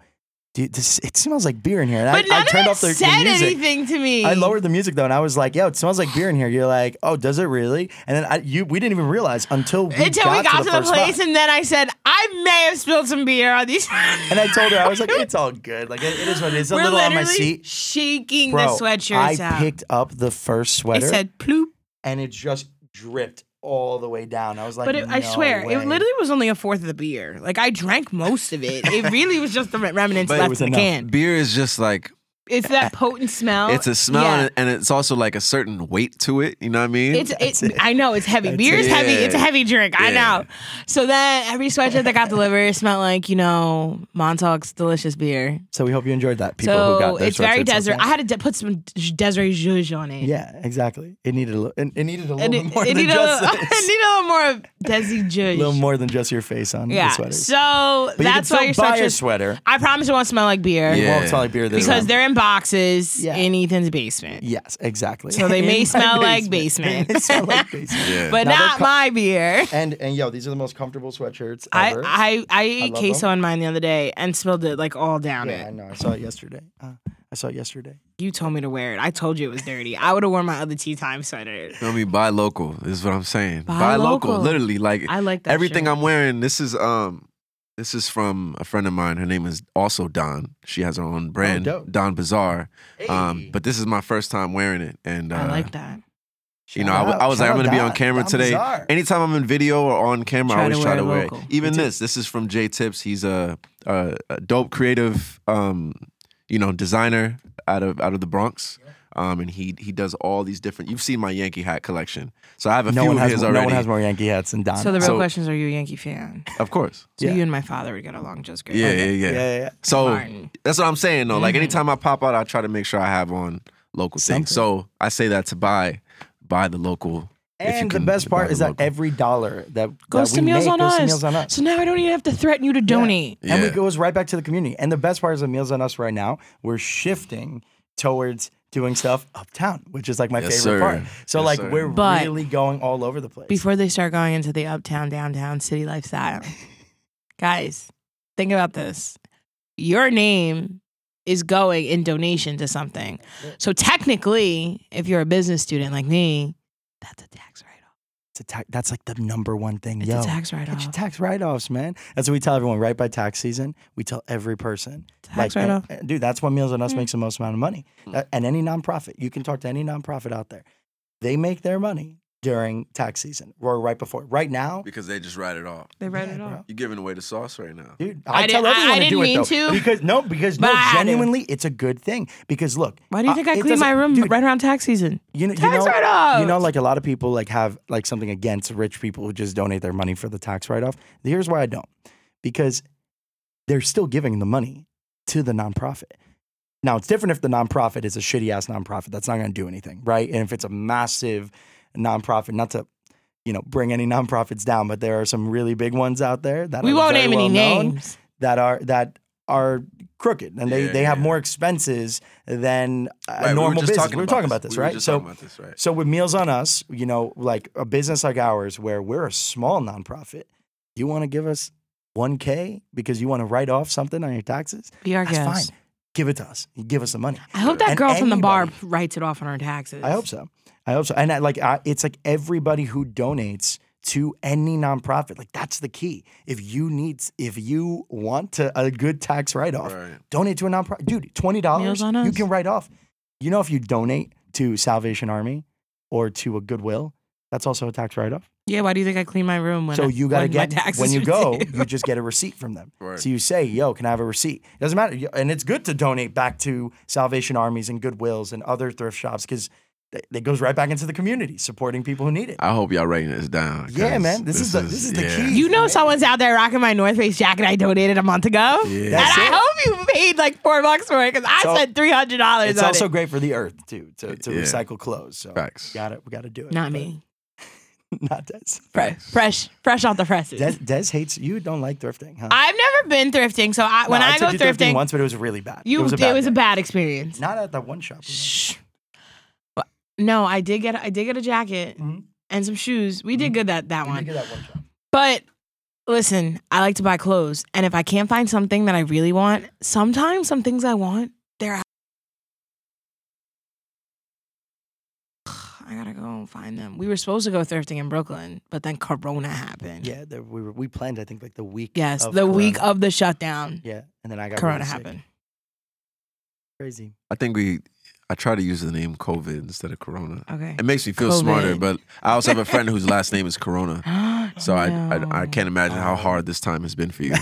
dude, this it smells like beer in here." And I-
but
I,
none
turned
of
off the,
them
the
said
music.
anything to me.
I lowered the music though, and I was like, "Yo, it smells like beer in here." You're like, "Oh, does it really?" And then I, you, we didn't even realize until we
until
got
we got to the,
first
place,
spot.
and then I said, I may have spilled some beer on these.
And I told her, I was like, "It's all good. Like it, it is what it is. It's a
We're
little on my
literally
seat."
shaking
Bro,
the sweatshirts
I
out.
picked up the first
it
sweater,
said ploop,
and it just dripped all the way down. I was like,
but it, I
"No
swear
way."
it literally was only a fourth of the beer. Like I drank most of it. It really was just the re- remnants
But it
left
was
in the
enough.
can.
beer is just like
It's that potent smell.
it's a smell,
Oh, Yeah.
and, and it's also like a certain weight to it. You know what I mean?
It's
That's
it's
it.
I know it's heavy.
That's
Beer is
it.
heavy. It's a
Yeah.
heavy drink. I
Yeah.
know. So then every sweatshirt that got delivered smelled like you know Montauk's delicious beer.
So we hope you enjoyed that. People who
So
got their
it's very
sweatshirts
desert.
listening.
I had to de- put some Desiree zhuzh on it.
Yeah, exactly. It needed a little. It, it needed a little
And
bit
it,
more
it
than
need a
just
little,
this.
it need a little more of Desi
a
Judge.
little more than just your face on the
Yeah.
sweater.
So
but
that's
you
why
can
your
still buy a
sweatshirts.
sweater.
I promise it won't smell like beer
It
Yeah.
won't smell like beer this
because
round.
they're in boxes
Yeah.
in Ethan's basement.
yes, exactly.
So they may
In my
smell like
They may
basement.
smell like basement.
yeah.
But
Now they're
not
co-
my beer.
And and yo, these are the most comfortable sweatshirts
I,
ever.
I I ate
love
queso
them.
on mine the other day and spilled it like all down
yeah, I
it.
know. I saw it yesterday. Uh, I saw it yesterday.
You told me to wear it. I told you it was dirty. I would have worn my other tea time sweater.
Feel me? Buy local is what I'm saying.
Buy
local.
local.
literally. Like
I like that.
everything
shirt.
I'm wearing. This is um This is from a friend of mine. Her name is also Don. She has her own brand,
Oh, dope.
Don Bazaar. Um,
Hey.
but this is my first time wearing it, and uh,
I like that.
you know,
Shout
I, w-
out-
I was like,
shout
I'm gonna
out
be on
Don.
camera
Don
today.
Bazaar.
Anytime I'm in video or on camera,
Try
I
to
always try
wear
to wear.
local.
Even this, this is from J Tips. He's a, a, a dope creative, um, you know, designer out of out of the Bronx. Um, and he he does all these different. You've seen my Yankee hat collection, so I have a
no
few
one
of
has
his
more,
already.
no one has more Yankee hats than Don.
So the real
So-
question is, are you a Yankee fan?
of course,
So
Yeah.
you and my father would get along just great.
yeah, yeah, yeah.
yeah, Mm-hmm. yeah, yeah.
So
Martin.
that's what I'm saying though. Like anytime I pop out, I try to make sure I have on local things. So I say that to buy buy the local. if you
And the
can
best
buy
part
the
is that
local.
every dollar that
Goes
that
to
we
Meals
make
on
goes
Us.
to Meals on Us.
So now I don't even have to threaten you to donate.
And we
Yeah.
goes right back to the community. And the best part is with Meals on Us right now, we're shifting towards doing stuff uptown, which is like my
Yes,
favorite
sir.
part. So
Yes,
like
sir.
we're
But-
really going all over the place.
Before they start going into the uptown, downtown, city lifestyle, guys, think about this. Your name is going in donation to something. So technically, if you're a business student like me, that's a tax write off.
It's a ta- that's like the number one thing.
It's
Yo,
a tax write
get your
off.
tax write-offs, man. That's what we tell everyone right by tax season. We tell every person.
Tax
like,
write
and-
off.
and dude, that's what Meals on Us
Mm.
makes the most amount of money.
Hmm.
Uh, and any nonprofit, you can talk to any nonprofit out there. They make their money during tax season or right before. Right now,
because they just write it off.
They write
Yeah,
it
bro.
off.
You're giving away the sauce right now.
Dude,
I
I,
didn't-
tell
I-
everyone
I
to do it
didn't
though.
mean to.
Because no, because
But
no,
I had to.
genuinely, it's a good thing. Because look,
Why do you
uh,
think I
it
clean
doesn't-
my room
dude,
right around tax season?
You know, you
Tax
know,
write-offs!
you know, like a lot of people like have like something against rich people who just donate their money for the tax write-off. Here's why I don't, because they're still giving the money to the nonprofit. Now it's different if the nonprofit is a shitty ass nonprofit that's not going to do anything, right? And if it's a massive nonprofit, not to you know bring any nonprofits down, but there are some really big ones out there that
We
are
won't
very
name any
well known
names.
that are that are crooked and they,
Yeah,
they have
yeah.
more expenses than a
Right, we were
normal
just
business. we were talking about this,
We were
right?
just
so
talking about this, right?
so with Meals on Us, you know, like a business like ours where we're a small nonprofit, you want to give us 1k because you want to write off something on your taxes?
Be our
That's
guest.
fine. Give it to us. Give us the money.
I hope that
And
girl from the bar
anybody-
writes it off on our taxes.
I hope so. I hope so. And I, like, I, it's like everybody who donates to any nonprofit, like that's the key. If you need, if you want to, a good tax write off,
Right.
donate to a nonprofit. Dude, twenty dollars,
Meals on
you
Us.
can write off. You know, if you donate to Salvation Army or to a Goodwill, that's also a tax write off.
Yeah, why do you think I clean my room when
So
I-
you gotta
when my
get
taxes
when you
are
go,
due?
you just get a receipt from them.
Right.
So you say, "Yo, can I have a receipt?" It doesn't matter, You- and it's good to donate back to Salvation Armies and Goodwills and other thrift shops because it goes right back into the community, supporting people who need it.
I hope y'all writing this down.
Yeah,
'cause
man, this is the- this is the key.
You know someone's out there rocking my North Face jacket I donated a month ago. and
That's
I
it.
hope you paid like four bucks for it because I
So-
spent three hundred dollars.
It's
on
also
it.
great for the earth too to, to
Yeah.
recycle clothes. So
Facts.
got it. We got to do it.
not
But-
me.
not Des.
Fre- Fresh, fresh off the presses.
Des. Des hates you. Don't like thrifting, huh?
I've never been thrifting, so I, when
No,
I,
took
go
you
thrifting,
once, but it was really bad.
you
it was a bad. day.
experience.
Not at that one shop.
Shh. But- No, I did get I did get a jacket
Mhm.
and some shoes. We did good that that
You Mm-hmm. did
one.
get that one shop.
But listen, I like to buy clothes, and if I can't find something that I really want, sometimes some things I want, they're. out- I gotta go and find them. We were supposed to go thrifting in Brooklyn, but then Corona happened.
Yeah, the, we were, we planned. I think like the week.
Yes,
of
the week
Corona.
of the shutdown,
Yeah, and then I got
Corona
really sick.
happened.
Crazy.
I think we. I try to use the name COVID instead of Corona.
Okay.
It makes me feel smarter,
COVID.
but I also have a friend whose last name is Corona, so I, I I
Oh, No.
can't imagine how hard this time has been for you.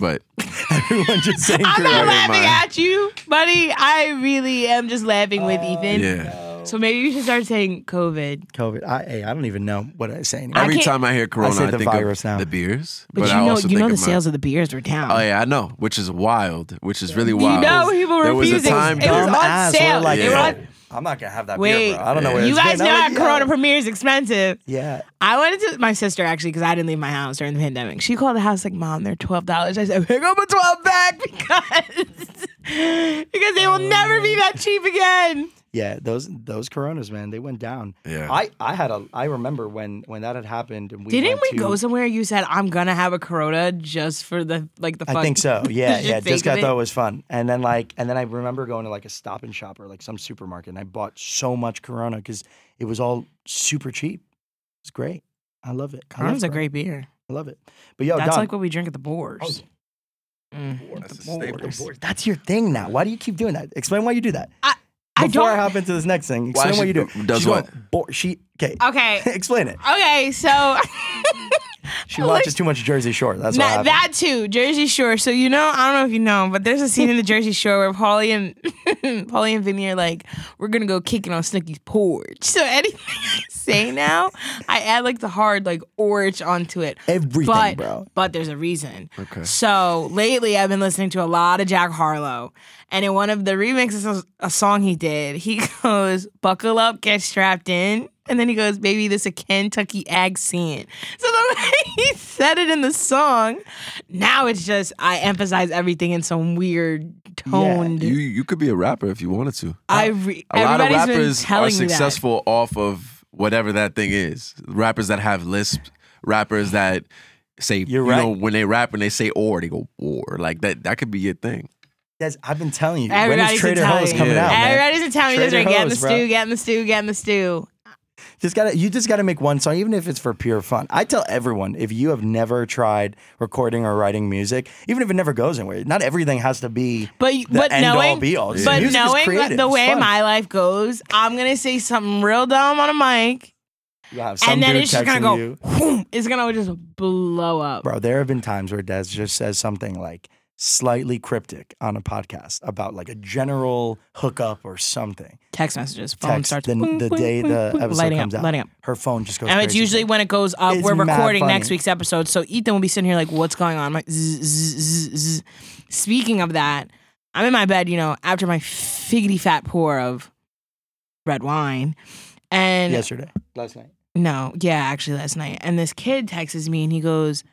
But
Everyone just saying
I'm
Corona.
not laughing
Mine.
at you, buddy. I really am just laughing with
Oh,
Ethan.
Oh, yeah,
So maybe you should start saying COVID.
COVID. I, hey, I don't even know what I say anymore.
I
every
can't-
time I hear Corona,
say
I,
the
think
virus
of
now.
the beers,
But,
I
you know,
also
you
think
know the
of my-
sales of the beers were down.
Oh yeah, I know, which is wild, which is really
You
wild.
know people were
There was a
refusing.
time
It was
during-
Dumb
on
ass,
sale.
we're like,
They were
Yeah.
on-
I'm not gonna have that
Wait.
beer, bro. I don't know where
you
it's
guys
been.
know
I'm
how
like, yo.
Corona Premier is expensive.
Yeah,
I went to my sister actually because I didn't leave my house during the pandemic. She called the house like, "Mom, they're twelve dollars." I said, "Pick up a twelve back because because they will never be that cheap again."
yeah. Those those Coronas, man, they went down.
Yeah.
I I had a. I remember when when that had happened, and we
Didn't
went
we
to-
go somewhere? You said I'm gonna have a Corona just for the like the. Fun.
I think so. Yeah,
Just
yeah.
think
Just got
of
that
it.
was fun, and then like, and then I remember going to like a Stop and Shop or like some supermarket, and I bought so much Corona because it was all super cheap. It's great. I love it. I love
Corona's a great beer.
I love it. But yo, Oh.
That's
Don,
like what we drink at the Boars. Mm.
That's a staple.
Divorce. That's your thing now. Why do you keep doing that? Explain why you do that.
I- I
Before I
don't-
hop into this next thing,
Why
explain
she
what you do.
b- does
She's going
what?
bo- she okay.
Okay.
explain it.
Okay, so
She
Like-
watches too much Jersey Shore. That's what
that,
happened.
that too, Jersey Shore. So you know, I don't know if you know, but there's a scene in the Jersey Shore where Polly and Polly and Vinny are like, "We're gonna go kicking on Snooki's porch." So anything I say now, I add like the hard like orch onto it.
Everything,
but,
bro.
But there's a reason.
Okay.
So lately, I've been listening to a lot of Jack Harlow, and in one of the remixes of a song he did, he goes, "Buckle up, get strapped in," and then he goes, "Baby, this a Kentucky accent." So the way he said it in the song, now it's just I emphasize everything in some weird toned.
You you could be a rapper if you wanted to.
I
uh,
re-
A lot of
everybody's been
rappers
telling
are
me that.
successful off of whatever that thing is. Rappers that have lisps, rappers that say
You're
you know
right.
when they rap and they say or they go or like that that could be your thing.
That's, I've been telling you. when is
Everybody's been
Trader
telling
Joe's
me.
coming
Yeah.
out? man?
Everybody's been telling me this.
Trader
Right? Get in the
Joe's, bro.
stew. Get in the stew. Get in the stew.
Just gotta you just gotta make one song, even if it's for pure fun. I tell everyone if you have never tried recording or writing music, even if it never goes anywhere, not everything has to be
But
the
but
end
knowing
all be all. Just
but
music is
knowing
creative.
the
It's
way
fun.
my life goes, I'm gonna say something real dumb on a mic,
You have some
and then
dude
it's just gonna
texting
go.
you.
whoom, it's gonna just blow up.
Bro, there have been times where Des just says something like slightly cryptic on a podcast about like a general hookup or something.
Text messages, phone
Text
starts
the,
boom,
the
boom,
day
boom,
the
boom,
episode
lighting
comes
up,
out.
lighting up.
Her phone just goes
And it's
crazy.
usually when it goes up,
It's
we're
mad
recording
funny.
next week's episode. So Ethan will be sitting here like, "What's going on?" I'm like, "Zzz, zzz, zzz, zzz." speaking of that, I'm in my bed, you know, after my figgity fat pour of red wine, and
yesterday. Last night.
No, yeah, actually last night. And this kid texts me and he goes,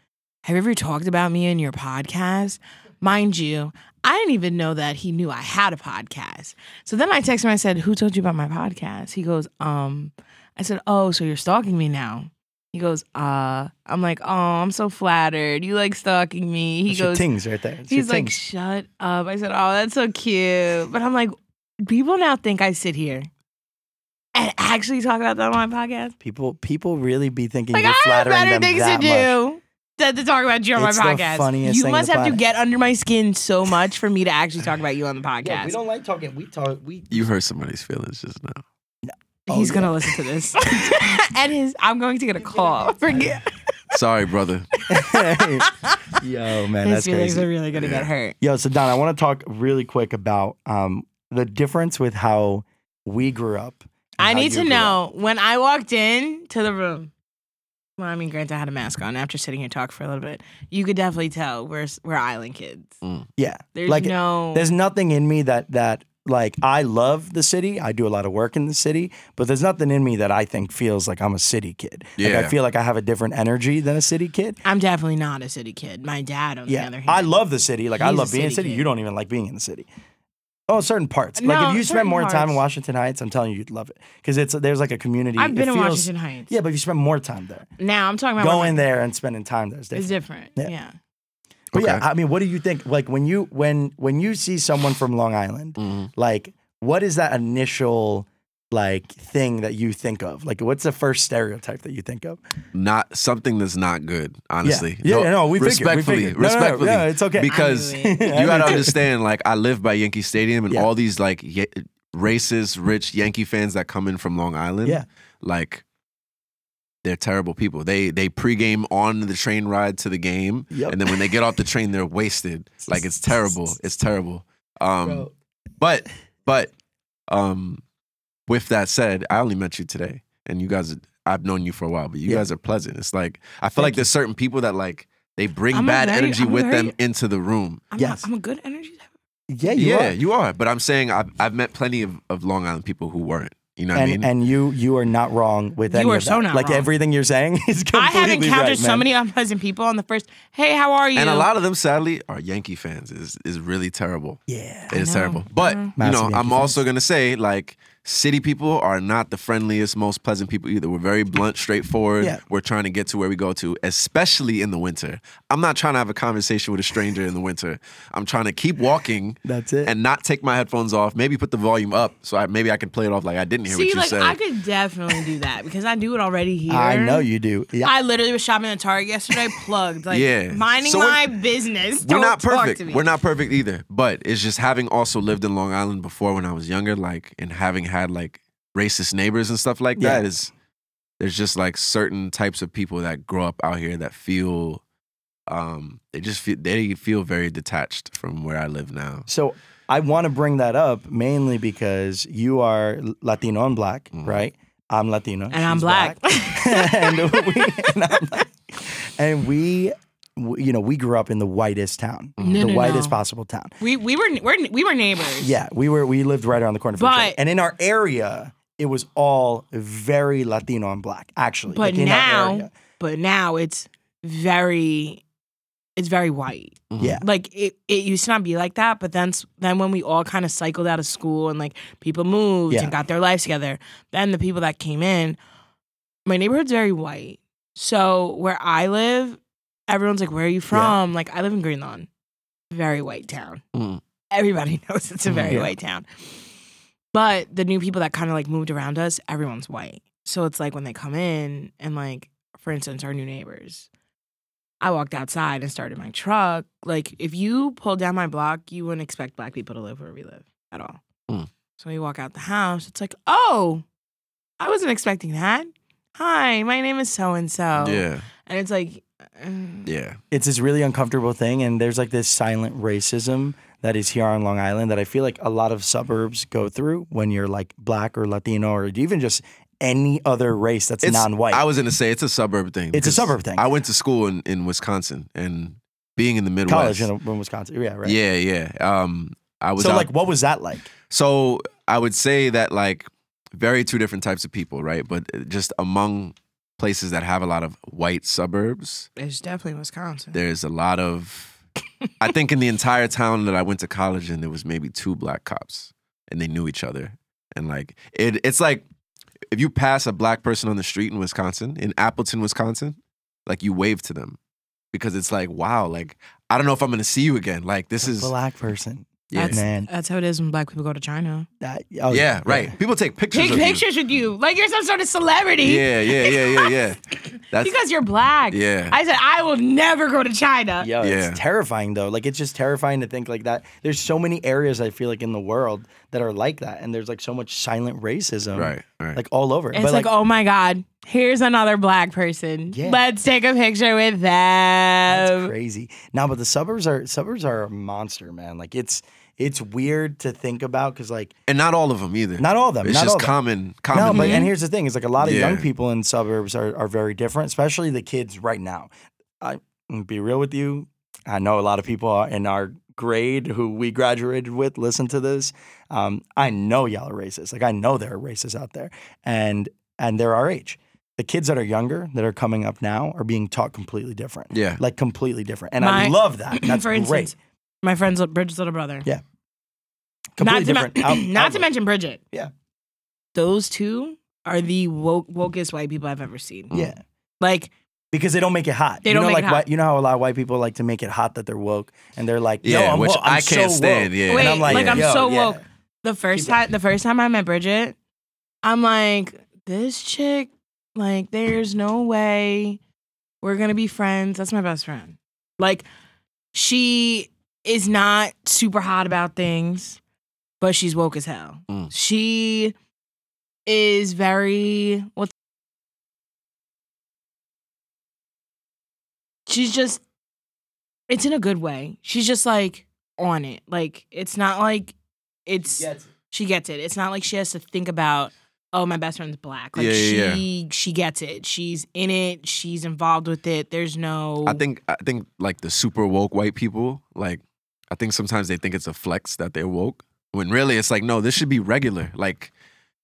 Have you ever talked about me in your podcast? Mind you, I didn't even know that he knew I had a podcast. So then I texted him, I said, Who told you about my podcast? He goes, Um, I said, Oh, so you're stalking me now. He goes, uh, I'm like, oh, I'm so flattered. You like stalking me. He
That's your
goes,
tings right there. That's your
He's like,
tings.
shut up. I said, oh, that's so cute. But I'm like, people now think I sit here and actually talk about that on my podcast.
people people really be thinking
Like,
you're
I have
flattering
better
them
things to
that much.
do than to talk about you on
It's the
my podcast.
funniest
you
thing on
must
the
have to
planet.
get under my skin so much for me to actually talk about you on the podcast.
don't like talking. We talk. We
You hurt somebody's feelings just now.
Oh,
He's
yeah.
gonna listen to this, and his. I'm going to get a call. Forget
Sorry, brother.
Yo, man,
his feelings
that's crazy.
are really gonna get hurt.
Yo, so Don, I want to talk really quick about um, the difference with how we grew up. and
I
how
need
you
to
grew up.
know when I walked in to the room. Well, I mean, granted, I had a mask on after sitting here talk for a little bit. You could definitely tell we're we're island kids.
Yeah,
There's
like
no.
there's nothing in me that that like I love the city. I do a lot of work in the city, but there's nothing in me that I think feels like I'm a city kid. Like I
Yeah.
feel like I have a different energy than a city kid.
I'm definitely not a city kid. My dad, on the
Yeah,
other hand,
I love the city. Like I
He's a
love being in the
city
city.
kid.
You don't even like being in the city. Oh, certain parts.
No,
like if you spend
certain
more time
parts.
in Washington Heights, I'm telling you, you'd love it because it's there's like a community.
I've been
it
in
feels-
Washington Heights.
Yeah, but if you spend more time there,
Now I'm talking about when my
going there and spending time there is
It's
different.
different.
Yeah.
Yeah.
But yeah,
Okay.
I mean, what do you think? Like when you when when you see someone from Long Island,
Mhm.
like what is that initial like thing that you think of? Like what's the first stereotype that you think of?
Not something that's not good, honestly.
yeah, yeah, no, we figured, we
respectfully,
figured. No, no, no,
respectfully,
yeah, it's okay. I knew
Because
it.
I
you gotta
mean,
understand, like I live by Yankee Stadium, and
Yeah.
all these like ye- racist, rich Yankee fans that come in from Long Island,
Yeah.
like they're terrible people. They they pregame on the train ride to the game,
Yep.
and then when they get off the train, they're wasted. Like it's terrible. It's terrible. Um,
Bro.
but but um, with that said, I only met you today, and you guys, I've known you for a while, but you
Yeah.
guys are pleasant. It's like I feel
Thank
like there's certain people that like they bring
I'm a
bad
very-
energy
I'm a
with
very-
them into the room.
I'm,
Yes.
a, I'm a good energy. type.
yeah, you
yeah,
are.
you are. But I'm saying I've I've met plenty of, of Long Island people who weren't. You know what
and
I mean?
and you you are not wrong with
You
any
are
of that.
so not
like
wrong.
everything you're saying is completely
I have encountered
right,
so
man.
many unpleasant people on the first. Hey, how are you?
And a lot of them, sadly, are Yankee fans. is is really terrible.
Yeah,
It is
know, Mm-hmm.
terrible.
I
But
know.
you
Massive
know,
Yankee
I'm
fans.
also gonna say like City people are not the friendliest, most pleasant people either. We're very blunt, straightforward.
Yeah.
We're trying to get to where we go to, especially in the winter. I'm not trying to have a conversation with a stranger in the winter. I'm trying to keep walking
That's it.
and not take my headphones off. Maybe put the volume up so I, maybe I can play it off like I didn't hear
See,
what you
like
said.
I could definitely do that because I do it already here.
I know you do. Yeah.
I literally was shopping at Target yesterday, plugged, like
Yeah.
minding
So we're-
my business.
we're
Don't
not
talk
perfect.
to me.
We're not perfect either. But it's just having also lived in Long Island before when I was younger, like, and having had like racist neighbors and stuff like that
Yeah.
is there's just like certain types of people that grow up out here that feel um they just feel they feel very detached from where I live now.
So I want to bring that up mainly because you are Latino and black,
Mhm.
right? I'm Latino
and I'm
she's
black.
and we, and, I'm like- and we, we- you know, we grew up in the whitest town,
No,
no,
the whitest
no.
possible town.
we we were we're we were neighbors.
Yeah, we were we lived right around the corner from each other.
But-
and in our area, it was all very Latino and black. Actually,
But
like, in our
now-
area.
But now it's very it's very white.
yeah,
Like it, it used to not be like that, but then s- then when we all kind of cycled out of school and like people moved
Yeah.
and got their lives together, then the people that came in, my neighborhood's very white. So where I live, everyone's like, "Where are you from?" Like I live in Greenlawn, very white town.
Mm.
Everybody knows it's a very
Yeah.
white town. But the new people that kind of like moved around us, everyone's white. So it's like when they come in and like, for instance, our new neighbors, I walked outside and started my truck. Like, if you pull down my block, you wouldn't expect black people to live where we live at all.
Mm.
So we walk out the house. It's like, oh, I wasn't expecting that. Hi, my name is so and so.
Yeah.
And it's like, mm,
Yeah.
it's this really uncomfortable thing, and there's like this silent racism that is here on Long Island that I feel like a lot of suburbs go through when you're like black or Latino or even just any other race that's
It's-
non-white.
I was gonna say it's a suburb thing.
It's a
because
suburb thing.
I went to school in, in Wisconsin and being in the Midwest.
College in, in Wisconsin, yeah, right.
Yeah, yeah. Um I was
so
out-
like, what was that like?
So I would say that like very two different types of people, right? But uh, just among places that have a lot of white suburbs,
it's definitely Wisconsin.
there's a lot of I think in the entire town that I went to college in there was maybe two black cops and they knew each other. And like it it's like if you pass a black person on the street in Wisconsin, in Appleton, Wisconsin, like you wave to them because it's like wow, like I don't know if I'm going to see you again. Like this
A
is
black person,
yeah.
man.
That's uh, how it is when black people go to China.
That- oh,
yeah, right. People take pictures
Take
of you.
pictures with you like you're some sort of celebrity.
Yeah, yeah, yeah, yeah, yeah. That's
Because you're black.
yeah.
I said, I will never go to China.
Yo,
Yeah.
it's terrifying though. Like it's just terrifying to think like that. There's so many areas I feel like in the world that are like that, and there's like so much silent racism,
right, right.
Like all over.
It's like, oh my God, here's another black person.
Yeah.
Let's take a picture with them. Um,
that's crazy. Now, but the suburbs are suburbs are a monster, man. Like it's it's weird to think about because like
and not all of them either.
not all of them,
it's
not
just
all of them.
common common.
No, but
man.
and here's the thing: is like a lot of young
Yeah.
people in suburbs are, are very different, especially the kids right now. I I'm gonna be real with you. I know a lot of people are in our grade who we graduated with listen to this. Um, I know y'all are racist. Like I know there are racists out there, and and they're our age. The kids that are younger that are coming up now are being taught completely different.
Yeah.
like completely different, and
My-
I love that. That's
For
great.
instance, my friend's li- Bridget's little brother.
Yeah,
Not
Completely
to, men-
different. out-
not to
outlook.
mention Bridget.
Yeah.
Those two are the woke, wokest white people I've ever seen.
yeah.
Mm.
Like,
because they don't make it hot.
They
you
don't
know,
make
like
it hot.
whi- you know how a lot of white people like to make it hot that they're woke, and they're like, "No,
yeah,
I'm
which
woke. I'm
I can't
so
stand.
Woke.
Yeah.
Wait,
and I'm like,
like, I'm
"Yo,
so
yeah."
woke. the first
Keep it-
time the first time I met Bridget, I'm like, this chick, like, there's no way we're gonna be friends. That's my best friend. Like, she is not super hot about things, but she's woke as hell.
Mm.
She is very what's she's just it's in a good way. She's just like on it. Like it's not like it's she gets it. It's not like she has to think about, oh, my best friend's black. Like
Yeah, yeah,
she she gets it. She's in it. She's involved with it. There's no
I think I think like the super woke white people, like I think sometimes they think it's a flex that they're woke. When really it's like, no, this should be regular. Like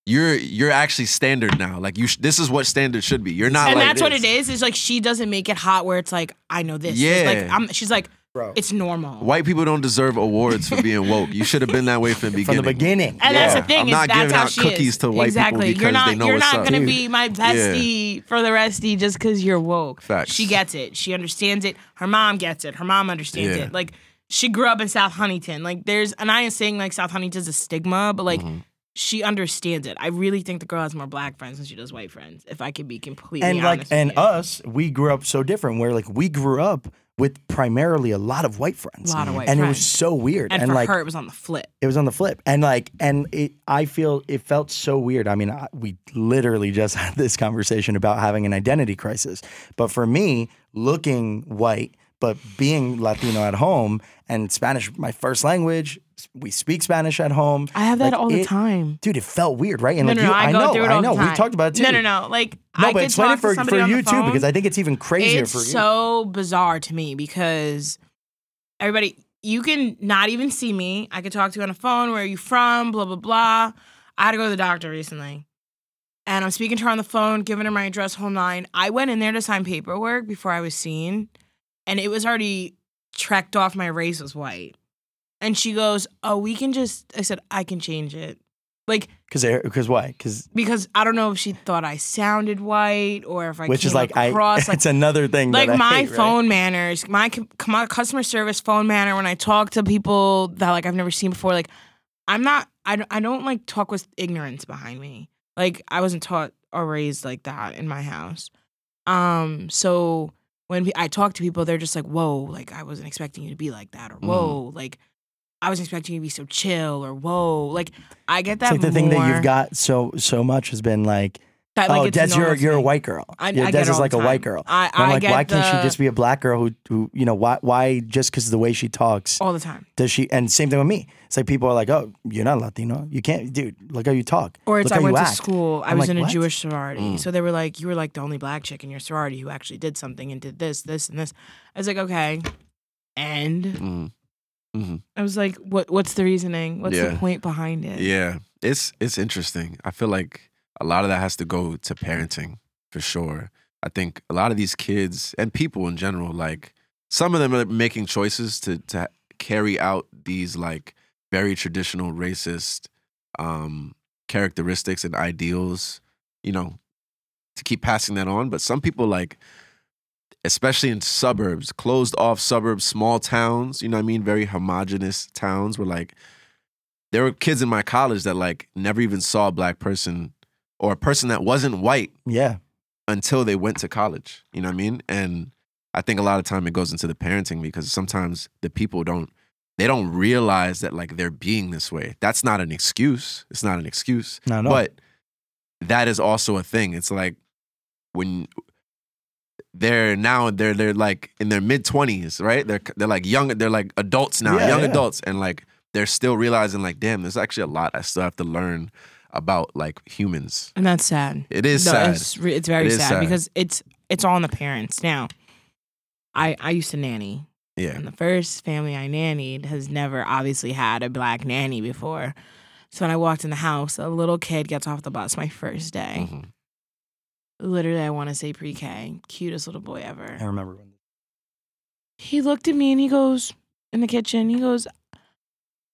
you're you're actually standard now. Like you sh- this is what standard should be. You're not
and
like
that's what
this.
it is. Is like she doesn't make it hot where it's like I know this. It's
Yeah.
like I'm, she's like
bro.
It's normal.
White people don't deserve awards for being woke. You should have been that way from the
from
beginning.
the beginning.
And that's
Yeah.
the thing.
I'm
is
not
that's
giving
how
out
she
cookies
is.
to white people
exactly.
because
you're not,
they know
You're
what's
not
up.
gonna
Dude.
be my bestie for the resty just because you're woke.
Facts.
She gets it. She understands it. Her mom gets it. Her mom understands
Yeah.
it. Like she grew up in South Huntington. Like there's, and I ain't saying like South Huntington's a stigma, but like.
Mm-hmm.
She understands it. I really think the girl has more black friends than she does white friends. If I could be completely
and
honest
like
with
and
you.
us, we grew up so different. Where like we grew up with primarily a lot of white friends,
Lot of white
and it
friends.
was so weird.
and for
like
her, it was on the flip.
it was on the flip, and like and it, I feel it felt so weird. I mean, I, we literally just had this conversation about having an identity crisis, but for me, looking white. But being Latino at home and Spanish, my first language, we speak Spanish at home.
I have that
Like,
all the
it-
time.
dude. It felt weird, right? And
No,
like
no,
you,
no. I, go
know,
through it
I
all
know.
the time.
We talked about it too.
No, no, no. Like
No,
I
but
could
explain
talk
it for,
to somebody
for
on
you
the
too,
phone.
because I think it's even crazier
it's
for you.
so bizarre to me because everybody you can not even see me i could talk to you on the phone where are you from blah blah blah i had to go to the doctor recently and i'm speaking to her on the phone giving her my address whole nine i went in there to sign paperwork before i was seen and it was already tracked off my race was white and she goes oh we can just i said i can change it like
Because because why? Because
because i don't know if she thought i sounded white or if i
which
came
is like
across
I.
like
it's another thing.
like
that I
my
hate, right?
phone manners, my, cu- my customer service phone manner when I talk to people that like I've never seen before. Like I'm not, I don't, I don't like talk with ignorance behind me. Like I wasn't taught or raised like that in my house. Um, so when we, I talk to people, they're just like, "Whoa!" Like I wasn't expecting you to be like that, or
Mm-hmm.
"Whoa!"
Mhm.
Like I was expecting you to be so chill, or "Whoa!" Like I get
It's
that.
like the thing that
more-
you've got so so much has been like,
that, like,
oh,
it's
Des, you're
normal to
you're a
me.
white girl.
I-
yeah,
I
Des
get it
is
all
like
the
a white
time.
girl.
I,
And
I
I'm like,
get
why can't
the-
she just be a black girl who who you know why why just because of the way she talks
all the time?
does she? And same thing with me. It's like people are like, oh, you're not Latino. You can't, dude. Look how you talk.
Or it's
Look
I
how
went
you
to
act.
school. I
I'm
was
like,
in a
"What?"
Jewish sorority,
Mm.
so they were like, "You were like the only black chick in your sorority who actually did something and did this, this, and this." I was like, "Okay," and
Mhm.
I was like, "What? What's the reasoning? What's the
Yeah.
point behind it?"
Yeah, it's it's interesting. I feel like a lot of that has to go to parenting for sure. I think a lot of these kids and people in general, like some of them are making choices to to carry out these like very traditional racist um, characteristics and ideals. You know, to keep passing that on. But some people like. Especially in suburbs, closed off suburbs, small towns, you know what I mean? Very homogenous towns where, like, there were kids in my college that like never even saw a black person or a person that wasn't white
Yeah,
until they went to college. You know what I mean? And I think a lot of time it goes into the parenting because sometimes the people don't they don't realize that like they're being this way. That's not an excuse. It's not an excuse.
no, no.
But that is also a thing. It's like when they're now they're they're like in their mid twenties, right? They're they're like young, they're like adults now,
Yeah,
young
yeah.
adults, and like they're still realizing like, damn, there's actually a lot I still have to learn about like humans.
and that's sad.
It is
No,
sad.
It's, re- it's very
It is
sad,
sad.
because it's it's all on the parents now. I I used to nanny,
yeah,
and the first family I nannied has never obviously had a black nanny before. So when I walked in the house, a little kid gets off the bus my first day.
Mhm.
literally I want to say pre-K, cutest little boy ever.
I remember when.
He looked at me and he goes in the kitchen. He goes,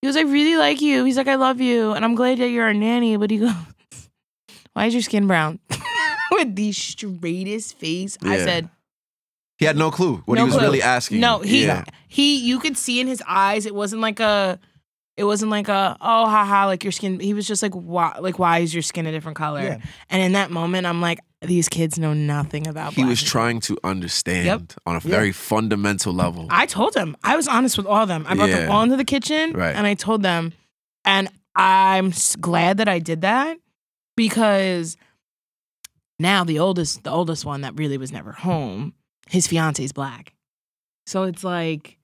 he goes, I really like you. He's like, I love you, and I'm glad that you're a nanny. But he goes, why is your skin brown? With the straightest face, I
Yeah.
said,
he had no clue what
No
he was
clue.
really asking.
no. He
yeah,
he, you could see in his eyes. It wasn't like a. It wasn't like a oh haha like your skin. He was just like why like why is your skin a different color?
Yeah.
And in that moment, I'm like these kids know nothing about.
he
black
was
people.
trying to understand
Yep.
on a
Yeah.
very fundamental level.
I told them. I was honest with all of them. I brought them
Yeah.
all into the kitchen
Right.
and I told them. And I'm s- glad that I did that because now the oldest, the oldest one that really was never home, his fiance's black. So it's like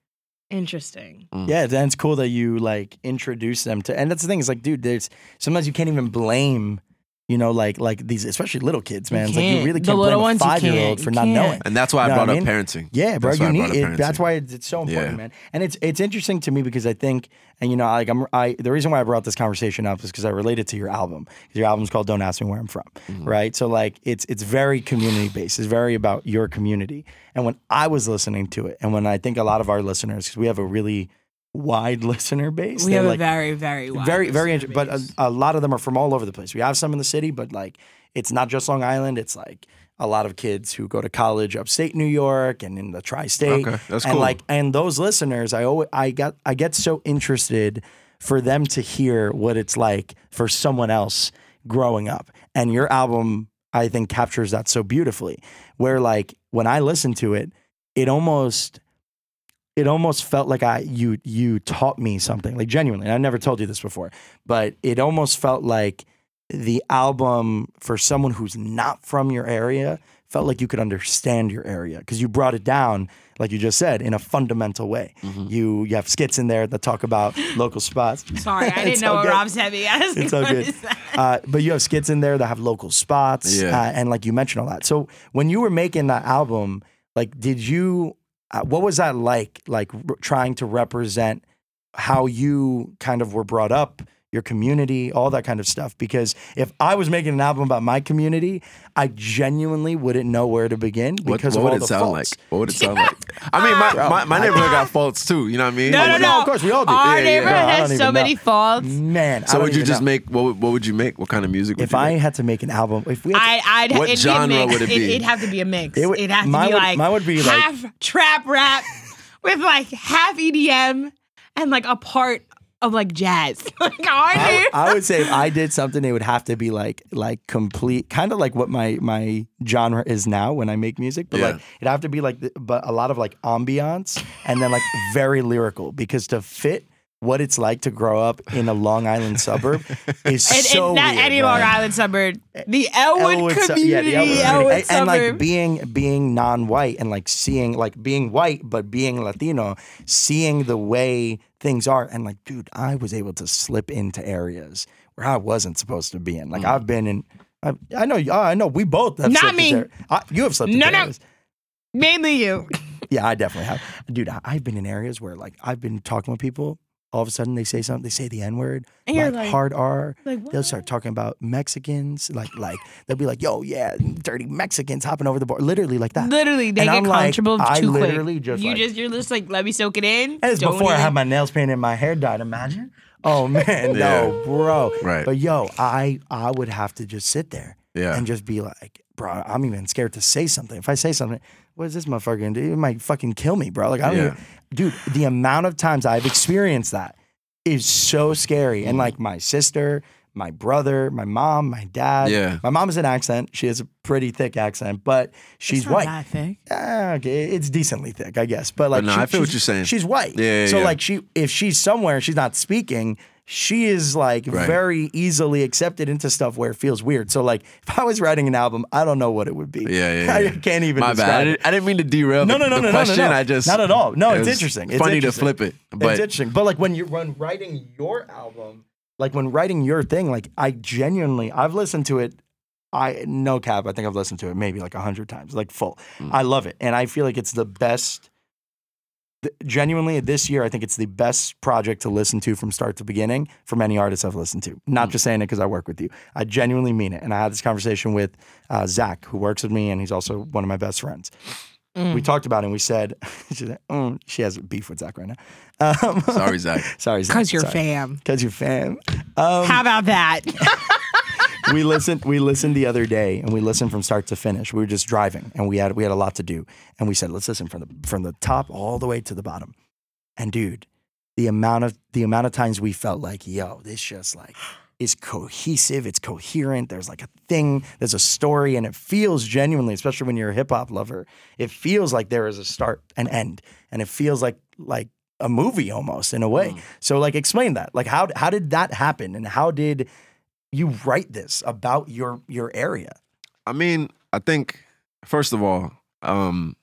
interesting.
Yeah, then it's cool that you like introduce them to, and that's the thing. It's like, dude, there's sometimes you can't even blame You know, like like these, especially little kids,
You
man. It's like you
can't.
really
The
can't
little
blame a
ones, you
five year
can't.
old
You
for not
can't.
knowing.
And that's why I
Know what I
brought
mean?
up parenting.
Yeah, bro,
That's
you
why I
need
brought up
it. That's
parenting.
why it's, it's so important,
Yeah.
man. And it's it's interesting to me because I think, and you know, like I'm, I the reason why I brought this conversation up is because I related to your album. 'Cause Your album's called "Don't Ask Me Where I'm From,"
Mm-hmm.
right? So like, it's it's very community based. It's very about your community. And when I was listening to it, and when I think a lot of our listeners, because we have a really wide listener base,
We
they're
have a
like,
very, very wide
very very
listener
interesting but uh,
base.
a, a lot of them are from all over the place we have some in the city but like it's not just long island it's like a lot of kids who go to college upstate new york and in the tri-state
Okay, that's
and
cool.
like and those listeners i always i got i get so interested for them to hear what it's like for someone else growing up and your album i think captures that so beautifully where like when i listen to it it almost it almost felt like I you you taught me something like genuinely. And I never told you this before, but it almost felt like the album for someone who's not from your area felt like you could understand your area because you brought it down like you just said in a fundamental way.
Mm-hmm.
You you have skits in there that talk about local spots.
Sorry, I
It's
didn't know
all
what
good.
Rob's heavy ass.
It's all good. Uh, but you have skits in there that have local spots,
Yeah.
uh, and like you mentioned all that. So when you were making that album, like, did you? Uh, what was that like? Like r- trying to represent how you kind of were brought up, your community, all that kind of stuff. Because if I was making an album about my community, I genuinely wouldn't know where to begin
What,
because
what
of
would
all
it
the
sound
faults.
like? What would it sound like? I mean, my, my, my neighborhood got faults too. You know what I mean?
No,
Like,
no,
what-
no.
of course, we all do.
Our
Yeah, yeah,
neighborhood
yeah. I don't
has
even
so many
know.
faults.
Man, I
Uh, So
don't
would you
even
just
know.
make what? would- What would you make? What kind of music? Would
If
you
I
make?
had to make an album, if we had to-
I, I'd,
What
it'd
genre
be a mix.
would it be?
It, would have to be a mix.
It
It
would-
would, have to be
mine would-
like
mine would be like-
half trap rap with like half EDM and like a part of like jazz. like our
I,
neighborhood-
would- I would say if I did something, it would have to be like like complete, kind of like what my my genre is now when I make music. But
Yeah.
like it'd have to be like, the, but a lot of like ambiance and then like very lyrical because to fit what it's like to grow up in a Long Island suburb is
and, and
so
not
weird,
any
man.
Long Island suburb. The Elwood,
Elwood sub- yeah,
community.
the Elwood
Elwood
community. and, and,
suburb.
like being being non-white and like seeing like being white but being Latino, seeing the way things are, and like, dude, I was able to slip into areas where I wasn't supposed to be in. Like, I've been in. I, I know. uh, I know. We both have
Mm. Not
slipped
me.
into- I- you have slipped.
No,
into
no.
areas.
Mainly you.
Yeah, I definitely have. Dude, I, I've been in areas where like I've been talking with people. All of a sudden, they say something. They say the N word,
And you're
like
like-
hard R.
Like
They'll
what?
start talking about Mexicans, like like they'll be like, "Yo, yeah, dirty Mexicans hopping over the bar," literally like that.
Literally, they
And
get
I'm like,
comfortable
I
too
literally
quick.
just
you
like-
just you're just like let me soak it in.
As
Don't
before I
even-
had my nails painted and my hair dyed. Imagine. Oh man, no,
Yeah.
bro.
Right.
But yo, I I would have to just sit there
Yeah.
and just be like, bro, I'm even scared to say something. If I say something, what is this motherfucker gonna do? It might fucking kill me, bro. Like I don't
Yeah.
even, dude. The amount of times I've experienced that is so scary. And like my sister. My brother, my mom, my dad.
Yeah.
My mom has an accent. She has a pretty thick accent, but she's
It's not
white.
that thick.
Ah, okay, it's decently thick, I guess. But like,
no, I feel what
she's-
you're saying.
She's white,
Yeah, yeah,
So
yeah.
like, she if she's somewhere and she's not speaking, she is like
Right.
very easily accepted into stuff where it feels weird. So like, if I was writing an album, I don't know what it would be.
Yeah, yeah, yeah.
I can't even.
My
describe
bad. I
it.
didn't, I didn't mean to derail.
No,
the,
no, no,
the
no, no, no,
question.
no.
I just
Not at all. No,
it
it's
was
interesting. It's
funny
interesting.
to flip it, but
it's interesting. But like when you when writing your album, like when writing your thing, like I genuinely I've listened to it. I no cap. I think I've listened to it maybe like a hundred times, like full.
Hmm.
I love it, and I feel like it's the best. th- Genuinely, this year I think it's the best project to listen to from start to beginning from any artist I've listened to.
Hmm.
Not just saying it because I work with you. I genuinely mean it. And I had this conversation with uh, Zach, who works with me, and he's also one of my best friends
Mm.
we talked about it and we said, she, said mm, she has beef with Zach right now. Um,
sorry, Zach.
sorry, Zach.
Cause you're fam.
Because you're fam. Um,
How about that?
we listened. We listened the other day, and we listened from start to finish. We were just driving, and we had we had a lot to do, and we said, let's listen from the from the top all the way to the bottom. And dude, the amount of the amount of times we felt like, yo, this just like is cohesive. It's coherent. There's like a thing. There's a story, and it feels genuinely, especially when you're a hip hop lover. It feels like there is a start and end, and it feels like like a movie almost in a way. So like, explain that. Like, how how did that happen, and how did you write this about your your area.
I mean, I think first of all, um,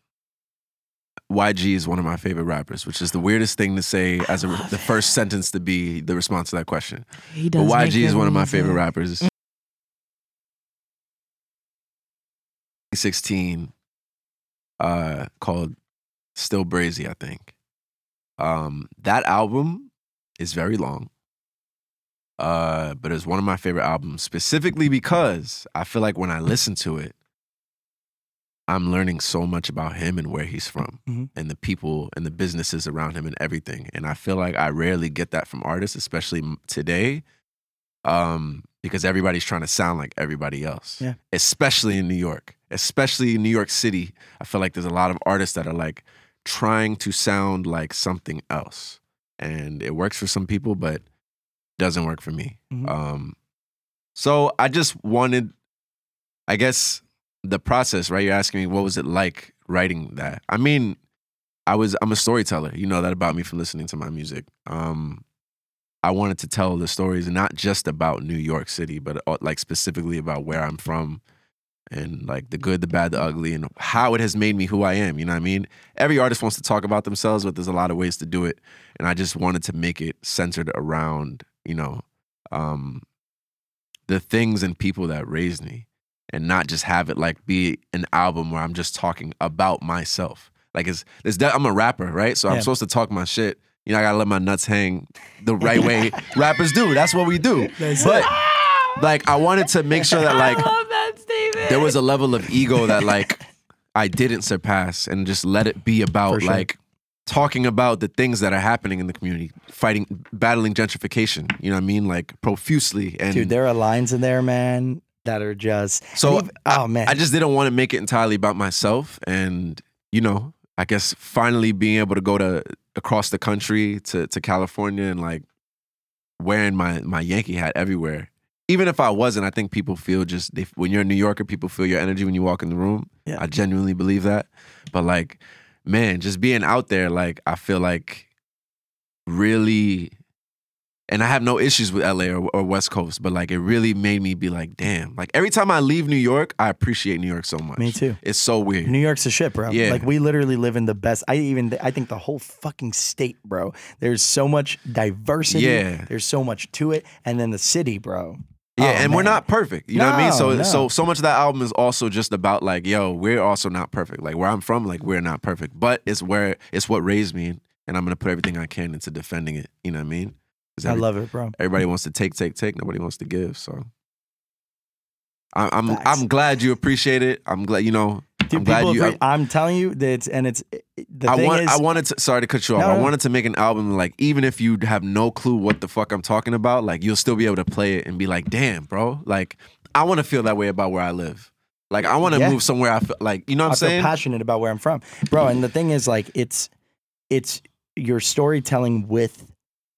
YG is one of my favorite rappers, which is the weirdest thing to say as a, the first sentence to be the response to that question.
He
But
make
YG
good
is
Mm.
one of my
music.
favorite rappers. 2016 uh called Still Brazy, I think. Um that album is very long. Uh but it's one of my favorite albums specifically because I feel like when I listen to it I'm learning so much about him and where he's from
Mm-hmm.
Mhm.
and the people and the businesses around him and everything. And I feel like I rarely get that from artists, especially m- today. Um because everybody's trying to sound like everybody else
Yeah.
especially in New York, especially in New York City. I feel like there's a lot of artists that are like trying to sound like something else, and it works for some people, but doesn't work for me.
Mhm.
Um, so I just wanted, I guess, the process. Right? You're asking me what was it like writing that? I mean, I was I'm a storyteller. You know that about me from listening to my music. Um, I wanted to tell the stories not just about New York City, but uh, like specifically about where I'm from and like the good, the bad, the ugly, and how it has made me who I am. You know what I mean? Every artist wants to talk about themselves, but there's a lot of ways to do it. And I just wanted to make it centered around, you know, um, the things and people that raised me and not just have it like be an album where I'm just talking about myself. Like it's, it's de- I'm a rapper, right? So
Yeah.
I'm supposed to talk my shit. You know, I gotta let my nuts hang the right way rappers do. That's what we do. But
Ah!
like I wanted to make sure that like
I love that statement.
there was a level of ego that like I didn't surpass and just let it be
For
about
sure.
like talking about the things that are happening in the community, fighting battling gentrification, you know what I mean? Like profusely and
Dude, there are lines in there, man, that are just
So,
And even- oh man,
I just didn't want to make it entirely about myself and you know, I guess finally being able to go to across the country to to California and like wearing my my Yankee hat everywhere. Even if I wasn't, I think people feel just they, when you're a New Yorker, people feel your energy when you walk in the room.
Yeah.
I genuinely believe that. But like, man, just being out there, like I feel like really, and I have no issues with LA or, or West Coast, but like it really made me be like, damn. Like every time I leave New York, I appreciate New York so much.
me too.
It's so weird.
New York's a shit, bro.
Yeah.
Like we literally live in the best. I even I think the whole fucking state, bro. There's so much diversity.
Yeah.
There's so much to it, and then the city, bro.
Yeah,
Oh,
and we're
man.
not perfect. You know what I mean?
No,
So
no.
so so much of that album is also just about like, yo, we're also not perfect. Like where I'm from, like we're not perfect. But it's where it's what raised me and I'm gonna put everything I can into defending it. You know what I mean? 'Cause
I
every-
love it, bro.
everybody wants to take, take, take, nobody wants to give. So I, I'm
Facts.
I'm glad you appreciate it. I'm glad you know
Dude,
I'm glad
people
you-
agree. I'm, telling you that, it's, and it's the
I
thing
want
is,
I wanted to sorry to cut you off.
No,
I
no.
wanted to make an album like even if you have no clue what the fuck I'm talking about, like you'll still be able to play it and be like, damn, bro. Like I want to feel that way about where I live. Like I want to
Yeah.
move somewhere I feel like you know what
I
I'm
feel
saying?
passionate about where I'm from, bro. And the thing is, like, it's it's your storytelling with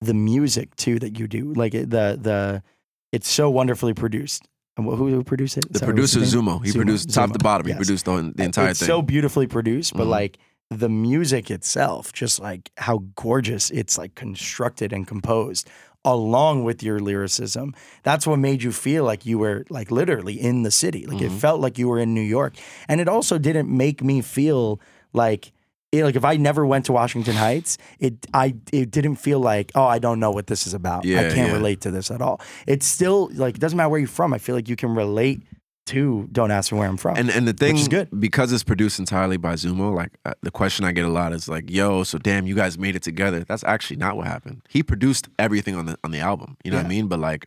the music too that you do. Like it- the the it's so wonderfully produced. And who, who produced it?
the
Sorry, what's
producer
his name?
Zumo, he
Zumo,
produced top
Zumo,
to bottom.
yes.
He produced the, the entire
it's
thing.
so beautifully produced, but
Mhm.
like the music itself, just like how gorgeous it's like constructed and composed along with your lyricism. That's what made you feel like you were like literally in the city. Like it
Mhm.
felt like you were in New York. And it also didn't make me feel like it, like if I never went to Washington Heights, it I it didn't feel like, oh, I don't know what this is about. I
Yeah,
can't
yeah.
relate to this at all. It's still like it doesn't matter where you're from. I feel like you can relate to don't ask me where I'm from.
and and the thing
is good.
because it's produced entirely by Zumo. Like uh, the question I get a lot is like, "Yo, so damn, you guys made it together." That's actually not what happened. He produced everything on the on the album. You know what
Yeah.
I mean? But like,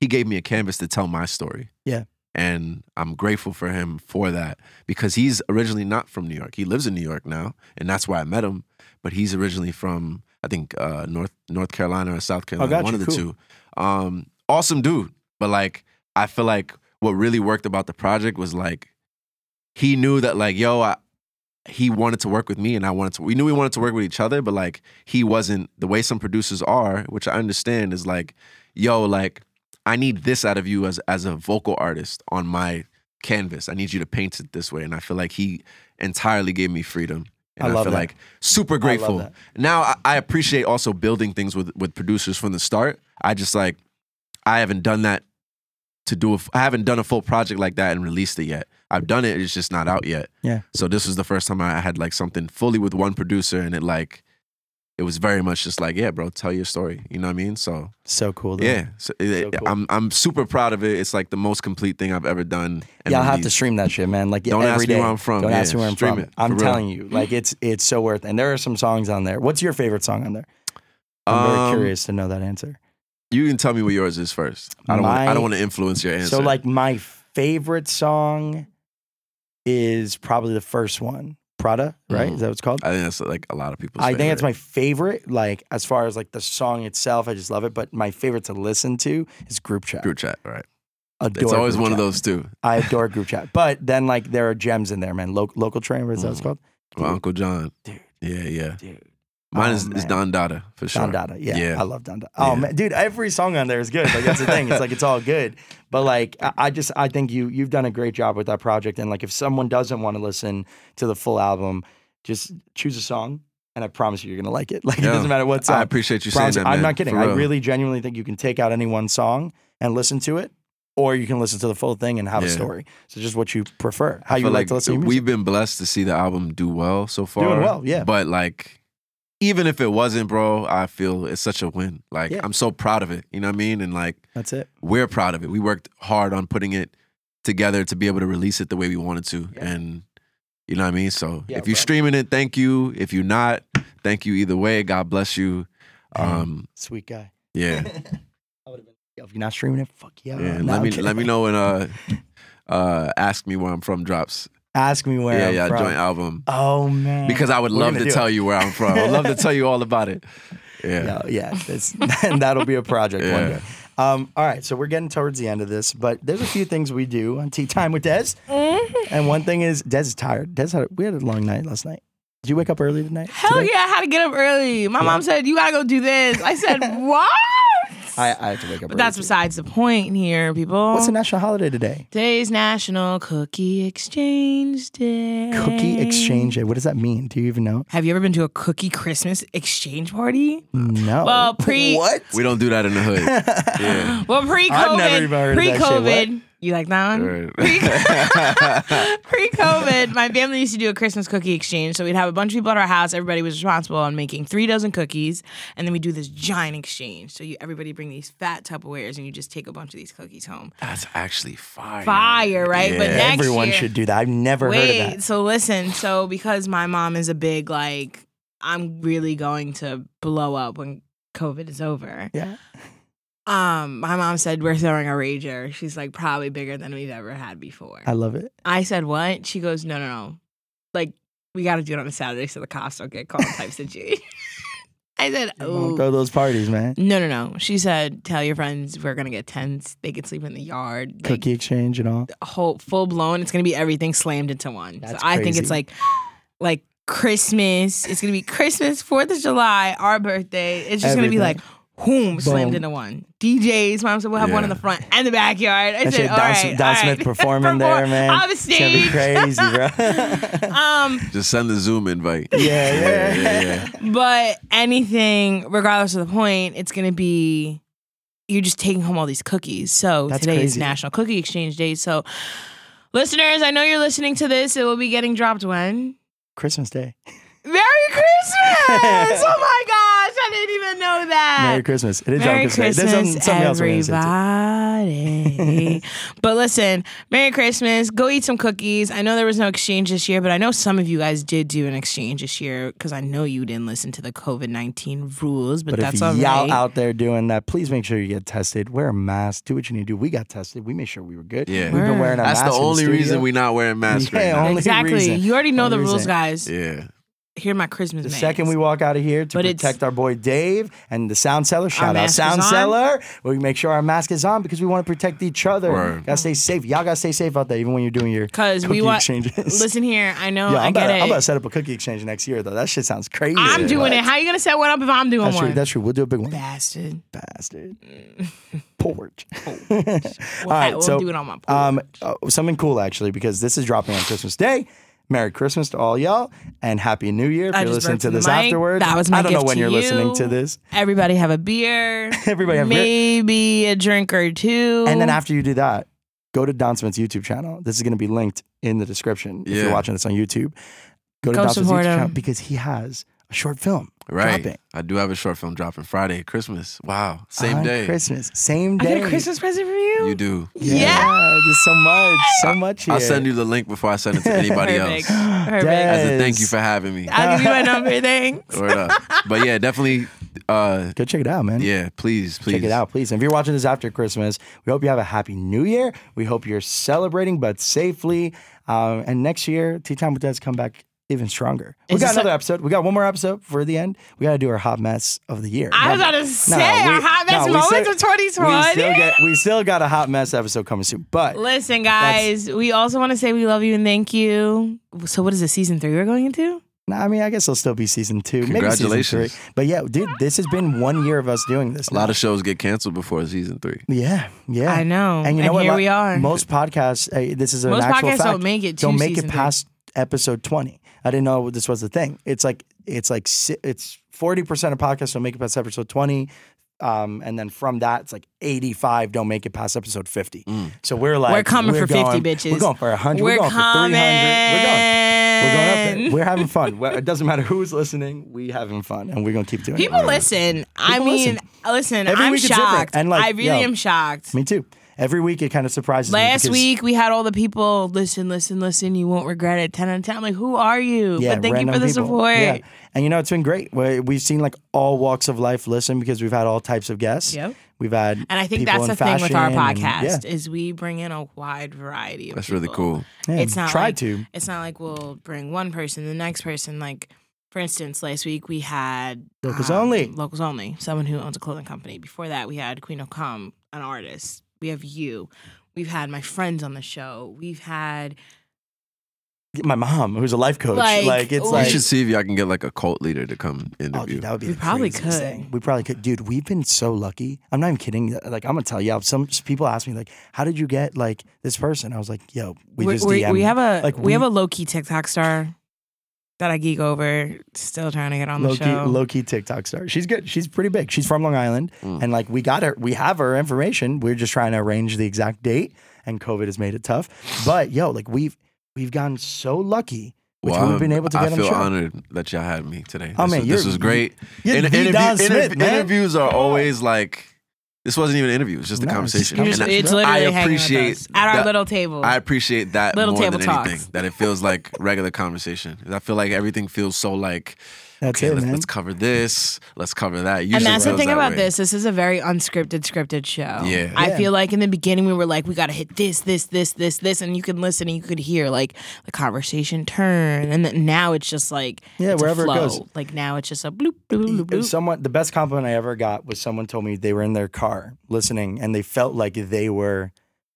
he gave me a canvas to tell my story.
Yeah.
and I'm grateful for him for that because he's originally not from New York. He lives in New York now, and that's why I met him. But he's originally from I think uh, North North Carolina or South Carolina,
gotcha.
one of the
Cool.
two. Um, awesome dude, but like I feel like what really worked about the project was like he knew that like yo I, he wanted to work with me and I wanted to we knew we wanted to work with each other but like he wasn't the way some producers are which I understand is like yo like I need this out of you as as a vocal artist on my canvas I need you to paint it this way and I feel like he entirely gave me freedom and
I love
feel
that.
like super grateful
that.
now I, I appreciate also building things with with producers from the start I just like I haven't done that to do. A, I haven't done a full project like that and released it yet. I've done it. It's just not out yet.
Yeah.
So this was the first time I had like something fully with one producer, and it like it was very much just like, yeah, bro, tell your story. You know what I mean? So
So cool. Though.
yeah, so, it-
cool.
I'm I'm super proud of it. It's like the most complete thing I've ever done. and
Yeah, I'll have to
released.
stream that shit, man. Like
Don't
every
ask me where
day.
I'm from.
Don't
Yeah,
ask me where I'm
stream
from.
it,
I'm
for real.
telling you, like it's it's so worth. it. And there are some songs on there. What's your favorite song on there? I'm very
Um,
curious to know that answer.
You can tell me what yours is first. I don't want
My-
I don't want to influence your answer.
So like my favorite song is probably the first one, Prada. Right?
Mhm.
Is that what it's called?
I think that's like a lot of people's.
I think it's
favorite.
my favorite. Like as far as like the song itself, I just love it. But my favorite to listen to is Group Chat.
group chat. Right.
Adore
it's always
Group
one of
Chat.
those two.
I adore Group Chat. But then like there are gems in there, man. Lo- local train, what's that
Mhm.
called?
My Uncle John.
Dude.
Yeah, yeah.
Dude.
Mine
Oh,
is, is
man.
Don Dada for sure.
Don Dada. Yeah,
Yeah.
I love Don Dada. Oh
Yeah.
man, dude, every song on there is good. Like that's the thing. It's like it's all good. But like I, I just I think you you've done a great job with that project. And like if someone doesn't want to listen to the full album, just choose a song, and I promise you, you're gonna like it. Like it
Yeah.
doesn't matter what song.
I appreciate you
Promise-
saying that. Man.
I'm not kidding.
For
I
real.
really genuinely think you can take out any one song and listen to it, or you can listen to the full thing and have a
Yeah.
story. So just what you prefer, how
I
you
feel
like, to listen to music.
We've been blessed to see the album do well so far.
well, yeah.
But like, even if it wasn't, bro, I feel it's such a win. Like,
Yeah.
I'm so proud of it. You know what I mean? And like,
That's it.
we're proud of it. We worked hard on putting it together to be able to release it the way we wanted to.
Yeah.
And you know what I mean? So
Yeah,
if you're
bro.
streaming it, thank you. If you're not, thank you either way. God bless you. Um,
Sweet guy. I
yeah.
would have been. Yo, if you're not streaming it, fuck yeah.
Yeah,
No,
let
I'm
me
kidding.
let me know when uh uh ask me where I'm from drops.
Ask me where
yeah,
I'm
yeah,
from.
joint album.
Oh man.
Because I would
We're
love
gonna
to
do
tell
it.
you where I'm from. I'd love to tell you all about it. Yeah.
Yeah, yeah. It's, that'll be a project one
Yeah.
day. Um, all right, so we're getting towards the end of this, but there's a few things we do on Tea Time with Des. And one thing is Des is tired. Des had a, we had a long night last night. Did you wake up early tonight?
Hell
today?
yeah, I had to get up early. My mom said, You gotta go do this. I said, What?
I, I had to wake up
but
early.
that's
too.
besides the point here, people.
What's a national holiday today?
Today's National Cookie Exchange Day.
Cookie exchange day. What does that mean? Do you even know?
Have you ever been to a cookie Christmas exchange party?
No.
Well, pre-
what?
We don't do that in the hood. yeah.
Well, pre
I've never
COVID,
even heard of
pre
that shit.
COVID, you like that one?
Right.
Pre COVID, my family used to do a Christmas cookie exchange. So we'd have a bunch of people at our house. Everybody was responsible on making three dozen cookies. And then we do this giant exchange. So you everybody bring these fat Tupperwares and you just take a bunch of these cookies home.
That's actually fire.
Fire, right? But
Yeah.
next
Everyone
year-
should do that. I've never
Wait,
heard of that.
so listen, so because my mom is a big, like, I'm really going to blow up when COVID is over.
Yeah.
Um, my mom said we're throwing a rager. She's like probably bigger than we've ever had before.
I love it.
I said, What? She goes, No, no, no. Like, we got to do it on a Saturday so the cops don't get called type situation. I said,
Don't
Oh.
Throw those parties, man.
No, no, no. She said, Tell your friends we're going to get tents. They can sleep in the yard. Like,
Cookie exchange and all.
whole full blown. It's gonna be everything slammed into one. so
That's
I think it's
crazy.
like like Christmas. It's gonna be Christmas, Fourth of July, our birthday. It's just gonna be like
Everything.
whom slammed
Boom.
into one. DJs, mom said we'll have one in
Yeah.
the front and the backyard. I
That
said,
shit,
all
Don,
right,
Don
all
Smith
right.
performing there,
Perform-
man.
On the
It's gonna be
stage.
crazy, bro.
um,
Just send the Zoom invite.
yeah, yeah,
yeah, yeah.
but anything, regardless of the point, it's gonna be you're just taking home all these cookies. So
That's
today is
crazy.
National Cookie Exchange Day. So listeners, I know you're listening to this. It will be getting dropped when?
Christmas Day.
Merry Christmas! oh my gosh, I didn't even know that.
Merry Christmas. It is on
Uh, Merry
Christmas. Day. There's something, something else we're gonna say, too.
everybody. but listen, Merry Christmas. Go eat some cookies. I know there was no exchange this year, but I know some of you guys did do an exchange this year because I know you didn't listen to the COVID 19 rules, but,
But if
that's all
y'all
right.
out there doing that, please make sure you get tested. Wear a mask. Do what you need to do. We got tested. We made sure we were good.
Yeah.
We've been wearing our
That's the
masks in
only
studio.
reason we're not wearing masks
Yeah,
right
only-
exactly.
reason.
You already know
Only
the rules,
reason.
guys.
now. Yeah.
Hear my Christmas
The
message.
second we walk out of here to
But it's-
protect our boy Dave and the sound seller, shout out
mask is
sound
on.
seller. We make sure our mask is on because we want to protect each other.
Word.
Gotta stay safe. Y'all gotta stay safe out there, even when you're doing your
Because we
cookie
want.
exchanges.
Listen here, I know
Yo,
I
I'm,
get
about,
it.
I'm about to set up a cookie exchange next year, though. That shit sounds crazy.
I'm doing
Like,
it. How you gonna set one up if I'm doing
That's
one?
true. That's true. We'll do a big one.
Bastard.
Bastard. Porch.
Well, I will do it on my porch.
um, uh, something cool actually, because this is dropping on Christmas Day. Merry Christmas to all y'all, and Happy New Year. If
I
you're
just
listening
burped
to
in the
this
mic.
afterwards,
That was my
I don't know
gift
when
to
you're listening
you.
to this.
Everybody have a beer.
Everybody have a beer.
maybe a drink or two.
And then after you do that, go to Don Smith's YouTube channel. This is going to be linked in the description if
Yeah.
you're watching this on YouTube. Go to
Go
Don Smith's YouTube
support
channel
him.
because he has a short film.
Right.
Drop it.
I do have a short film dropping Friday, Christmas. Wow. Same
on
day.
Christmas. Same
I
day.
get a Christmas present for you.
You do.
Yeah. There's so much. So much here.
I'll send you the link before I send it to anybody else.
Perfect. Perfect.
As a thank you
Yes.
for having me.
I'll give you my number. Thanks.
Word up. But yeah, definitely uh
Go check it out, man.
yeah, please, please.
Check it out, please. And if you're watching this after Christmas, we hope you have a happy new year. We hope you're celebrating, but safely. Um, and next year, Tea Time with Dad's come back even stronger. We
Is
got
this
another episode. We got one more episode for the end. We got to do our hot mess of the year.
I was
No,
about to
no,
say
we-
our hot
no,
best
we
moments
still-
of 2020.
We still, get, we still got a hot mess episode coming soon. But
Listen, guys, we also want to say we love you and thank you. So, what is it, season three we're going into?
Nah, I mean, I guess it'll still be season two. Maybe season
Congratulations.
three. But yeah, dude, this has been one year of us doing this.
A lot of shows get canceled before season three.
yeah, yeah.
I know.
And you know
And
what?
here
Mo-
we are.
Most podcasts, uh, this is an
Most
actual
podcasts
fact,
don't make it to
Don't make
season
it
three.
past episode twenty. I didn't know this was the thing. It's like it's like si- it's forty percent of podcasts don't make it past episode twenty. Um, and then from that, it's like 85 don't make it past episode 50.
Mm.
So we're like,
We're coming for 50,
going-
bitches.
We're going for 100. We're,
We're
going for 300. We're going. We're going up there.
coming.
We're having fun. Well, It doesn't matter who's listening. We having fun, and we're gonna keep doing
People
it.
listen. I
People
mean,
listen.
listen,
Every
I'm
week it's different.
shocked.
And, like,
I really
yo,
am shocked.
Me too. Every week it kind of surprises me.
Last
because-
week we had all the people listen, listen, listen. You won't regret it. Ten out of ten. I'm like, who are you?
yeah,
but thank you
random
for the
people.
support.
Yeah, and you know it's been great. We- We've seen like all walks of life listen because we've had all types of guests.
Yep.
We've had
And I think
people
that's
in
the thing with our
fashion and-
podcast is we bring in a wide variety of
That's really
people.
cool.
yeah, yeah,
it's not
try
like,
to.
It's not like we'll bring one person, the next person. Like for instance, last week we had um,
Locals Only.
locals only, someone who owns a clothing company. Before that, we had Queen of Com, an artist. We have you. We've had my friends on the show. We've had
My mom, who's a life coach, like,
Like, oh,
it's
ooh.
like
you should see if y'all can get like a cult leader to come
Oh, dude,
interview.
that would be
We
the
probably
craziest
could.
thing. We probably could, dude. We've been so lucky. I'm not even kidding. Like I'm gonna tell you, some people ask me like, "How did you get like this person?" I was like, "Yo, we
We're-
just
we,
DM."
we have a
like,
we,
we-
have a low key TikTok star that I geek over. Still trying to get on the
low key,
show.
low key TikTok star. She's good. She's pretty big. She's from Long Island,
Mm.
Oh.
and like we got her, we have her information. We're just trying to arrange the exact date, and COVID has made it tough. But yo, like we've we've gotten so lucky, which
Well,
we've been
I'm-
able to
I
get on
feel
the show.
honored that y'all had me today.
Oh,
this,
man,
was-
you're-
this was great.
you're the Don Smith, man.
Interviews are always like this wasn't even an interview; it was just a
No, it's just
conversation.
You're just,
And I-
it's
I
literally hanging with
appreciate
us at our
that-
little table.
I appreciate that
Little
more
table
than
talks.
anything. That it feels like regular conversation. 'Cause I feel like everything feels so like
That's
okay,
it,
let's,
man.
let's cover this, let's cover that. Usually
and that's the
feels
thing
that
about
way.
this. This is a very unscripted, scripted show.
Yeah.
I
Yeah.
feel like in the beginning we were like, we got to hit this, this, this, this, this, and you can listen and you could hear like the conversation turn. And then now it's just like
Yeah,
it's a
wherever it
flow.
goes. E,
Like now it's just a bloop bloop bloop.
It
bloop.
was someone the best compliment I ever got was someone told me they were in their car listening and they felt like they were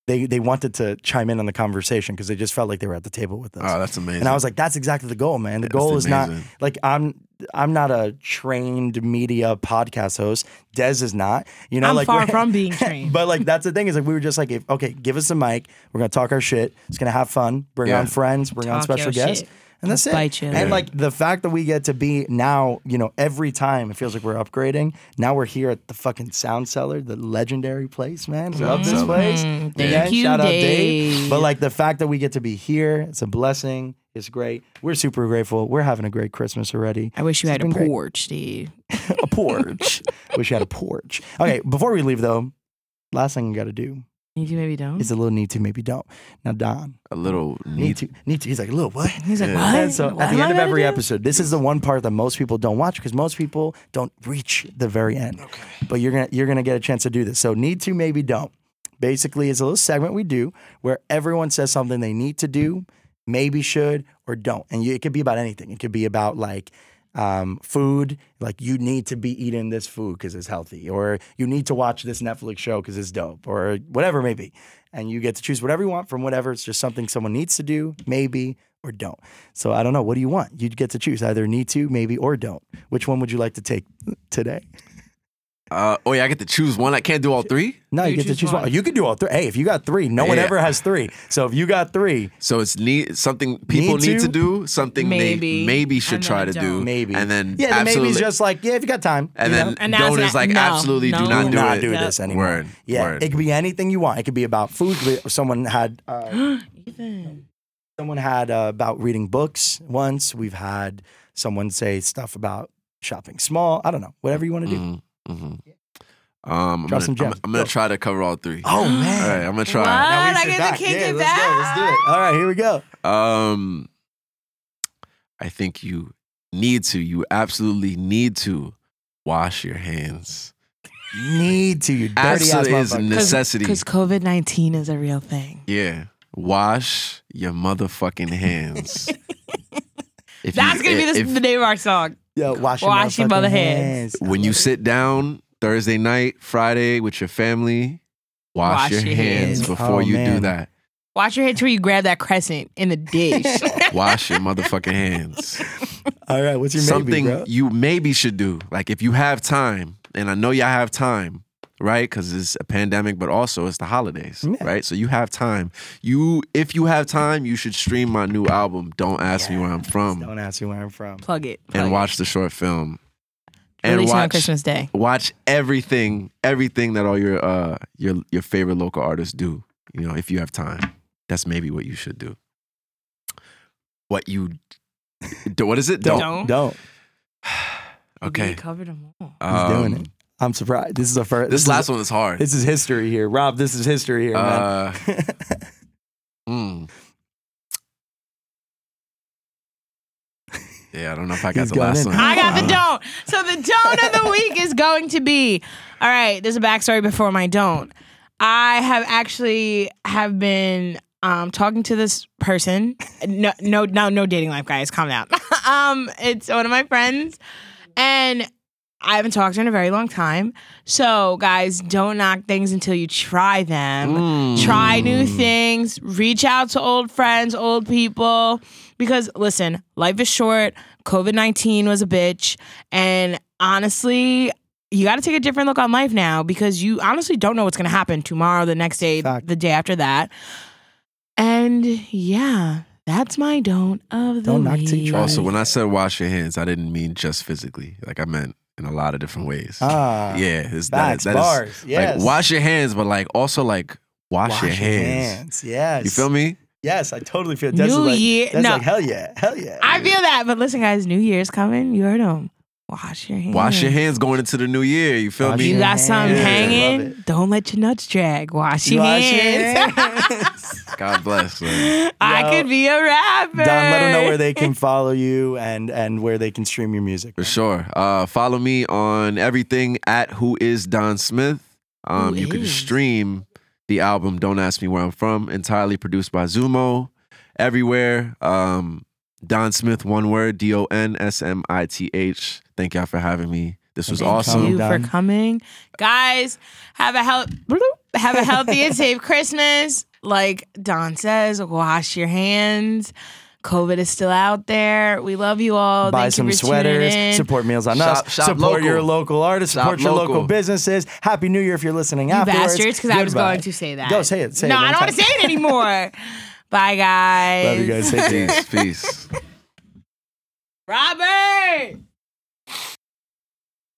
they they wanted to chime in on the conversation because they just felt like they were at the table with us.
Oh, that's amazing.
and I was like, that's exactly the goal, man. The
That's
goal is not
amazing.
like I'm I'm not a trained media podcast host. Dez is not. You know,
I'm
like
far
we're-
from being trained.
but like that's the thing is like we were just like, if, okay, give us a mic. We're gonna talk our shit. It's gonna have fun. Bring
Yeah.
on friends. Bring on
Talk
special
your
guests.
shit.
And that's it.
Bite you.
And
Yeah.
like the fact that we get to be now, you know, every time it feels like we're upgrading. Now we're here at the fucking Sound Cellar, the legendary place, man. Love this
Cellar.
place.
Mm,
Again,
thank you,
shout out Dave.
Dave.
But like the fact that we get to be here, it's a blessing. It's great. We're super grateful. We're having a great Christmas already.
I wish you had a
been great.
porch, Steve.
a porch. Wish you had a porch. Okay, before we leave though, last thing you got to do
You do, maybe don't.
is a little need to, maybe don't. Now, Don,
a little neat
need to, need to. He's like, little what?
He's like,
Yeah.
what?
And so
What
at
am
the end
I
of
gonna
every
do?
episode, this is the one part that most people don't watch because most people don't reach the very end. Okay. But you're gonna you're gonna get a chance to do this. So need to, maybe don't. Basically, it's a little segment we do where everyone says something they need to do, maybe should, or don't. And you, it could be about anything. It could be about like um, food, like you need to be eating this food because it's healthy, or you need to watch this Netflix show because it's dope, or whatever it may be. And you get to choose whatever you want from whatever. It's just something someone needs to do, maybe, or don't. So I don't know. What do you want? You get to choose either need to, maybe, or don't. Which one would you like to take today?
Uh, oh yeah, I get to choose one. I can't do all three.
No, you,
You
get to
choose
choose one.
one.
You can do all three. Hey, if you got three, no one
Yeah.
ever has three. So if you got three,
So it's need something people
Need
need,
to?
to, do, something
Maybe.
they maybe should
And
try to
then
do,
don't.
maybe.
and then
yeah, the
absolutely,
maybe's just like yeah, if you got time.
and
you
then
know?
And that's
don't
not-
is like
no,
absolutely do
no,
not
no.
do
not
it.
do
Yep.
this anymore.
Word,
Yeah,
word.
it could be anything you want. It could be about food. Someone had uh,
Ethan.
Someone had uh, about reading books once. We've had someone say stuff about shopping small. I don't know. Whatever you want to do.
Mhm, mhm. Um, I'm
Drop
gonna,
some
I'm-
gems.
I'm gonna
Go.
try to cover all three.
Oh
All
man.
right, I'm gonna try.
What?
Now
I
we sit
get to
back.
kick
yeah,
it
let's go. Let's do it. All right, here we go.
Um, I think you need to. You absolutely need to wash your hands.
Need to you dirty
Absolutely
ass
is a
motherfucker.
necessity.
Because COVID 19 is a real thing.
yeah, wash your motherfucking hands. If you-
That's going to be the,
if-
the name of our song.
Yo, wash,
Wash your
motherfucking
mother hands.
when you sit down Thursday night, Friday with your family. Wash, your, hands, before
Oh,
you do
man.
that.
Watch your head till you grab that crescent in the dish.
Wash your motherfucking hands.
All right, what's your
something
maybe, bro?
you maybe should do. Like if you have time, and I know y'all have time, right? Because it's a pandemic, but also it's the holidays,
Yeah.
right? So you have time. You, if you have time, you should stream my new album. Don't ask me where I'm from,
Don't ask me where I'm from.
Plug it. Plug
and
it.
watch the short film, and
Releasing on
watch
Christmas Day.
watch everything, everything that all your uh your your favorite local artists do. You know, if you have time, that's maybe what you should do. What you, do, what is it?
Don't.
Don't.
Okay. Um,
We covered them all.
He's doing it. I'm surprised. This is the first.
This,
is-
last one is hard.
This is history here, Rob. This is history here, man.
Uh, mm. Yeah, I don't know if I got
He's
the
going
last
in.
one.
I got the
Uh,
don't. So the don't of the week is going to be all right. There's a backstory before my don't. I have actually have been um, talking to this person. No, no, no, no dating life, guys. Calm down. um, it's one of my friends, and I haven't talked to her in a very long time. So, guys, don't knock things until you try them
Mm.
try new things, reach out to old friends, old people. Because listen, life is short. COVID 19 was a bitch. And honestly, you got to take a different look on life now because you honestly don't know what's going to happen tomorrow, the next day,
Fact.
the day after that. And yeah, that's my don't of the
Don't knock till you
week.
try.
Also, when I said wash your hands, I didn't mean just physically. Like I meant in a lot of different ways.
ah,
yeah, it's,
Facts,
that is, that is
bars. yes.
like wash your hands, but like also like wash, your, hands.
Yes.
You feel me?
Yes, I totally feel.
New
That's like,
year-
That's
no.
like hell yeah, hell yeah.
I feel that. But listen, guys, New Year's coming. You heard them. Wash your hands.
Wash your hands going into the new year. You feel
Wash
me?
You
your
got something
hands.
Love
hanging?
it.
Don't let your nuts drag. Wash your
Wash your
hands.
hands.
God bless. man.
I
Yo,
could be a rapper.
Don, let them know where they can follow you and and where they can stream your music.
For sure. Uh, follow me on everything at Who Is Don Smith. Um,
Who
you can
is?
stream the album Don't Ask Me Where I'm From, entirely produced by Zumo, everywhere. Um, Don Smith, one word, D O N S M I T H. Thank y'all for having me. This was
Thank you.
awesome.
Thank you for
Done.
coming, guys. Have a health, have a healthy and safe Christmas. Like Don says, wash your hands. COVID is still out there. We love you all.
Buy
Oh, Thank
some
you for tuning in.
sweaters. Support Meals on
Shop-
Us.
shop
support your
local.
local artists.
Shop
support your local.
local.
businesses. Happy New Year if you're listening
you
afterwards.
bastards, because I was
Goodbye.
going to say that.
Go, say it, say it
no,
one
I don't want to
time.
say it anymore. Bye, guys.
Love you guys. Take care.
Peace. Peace.
Robert.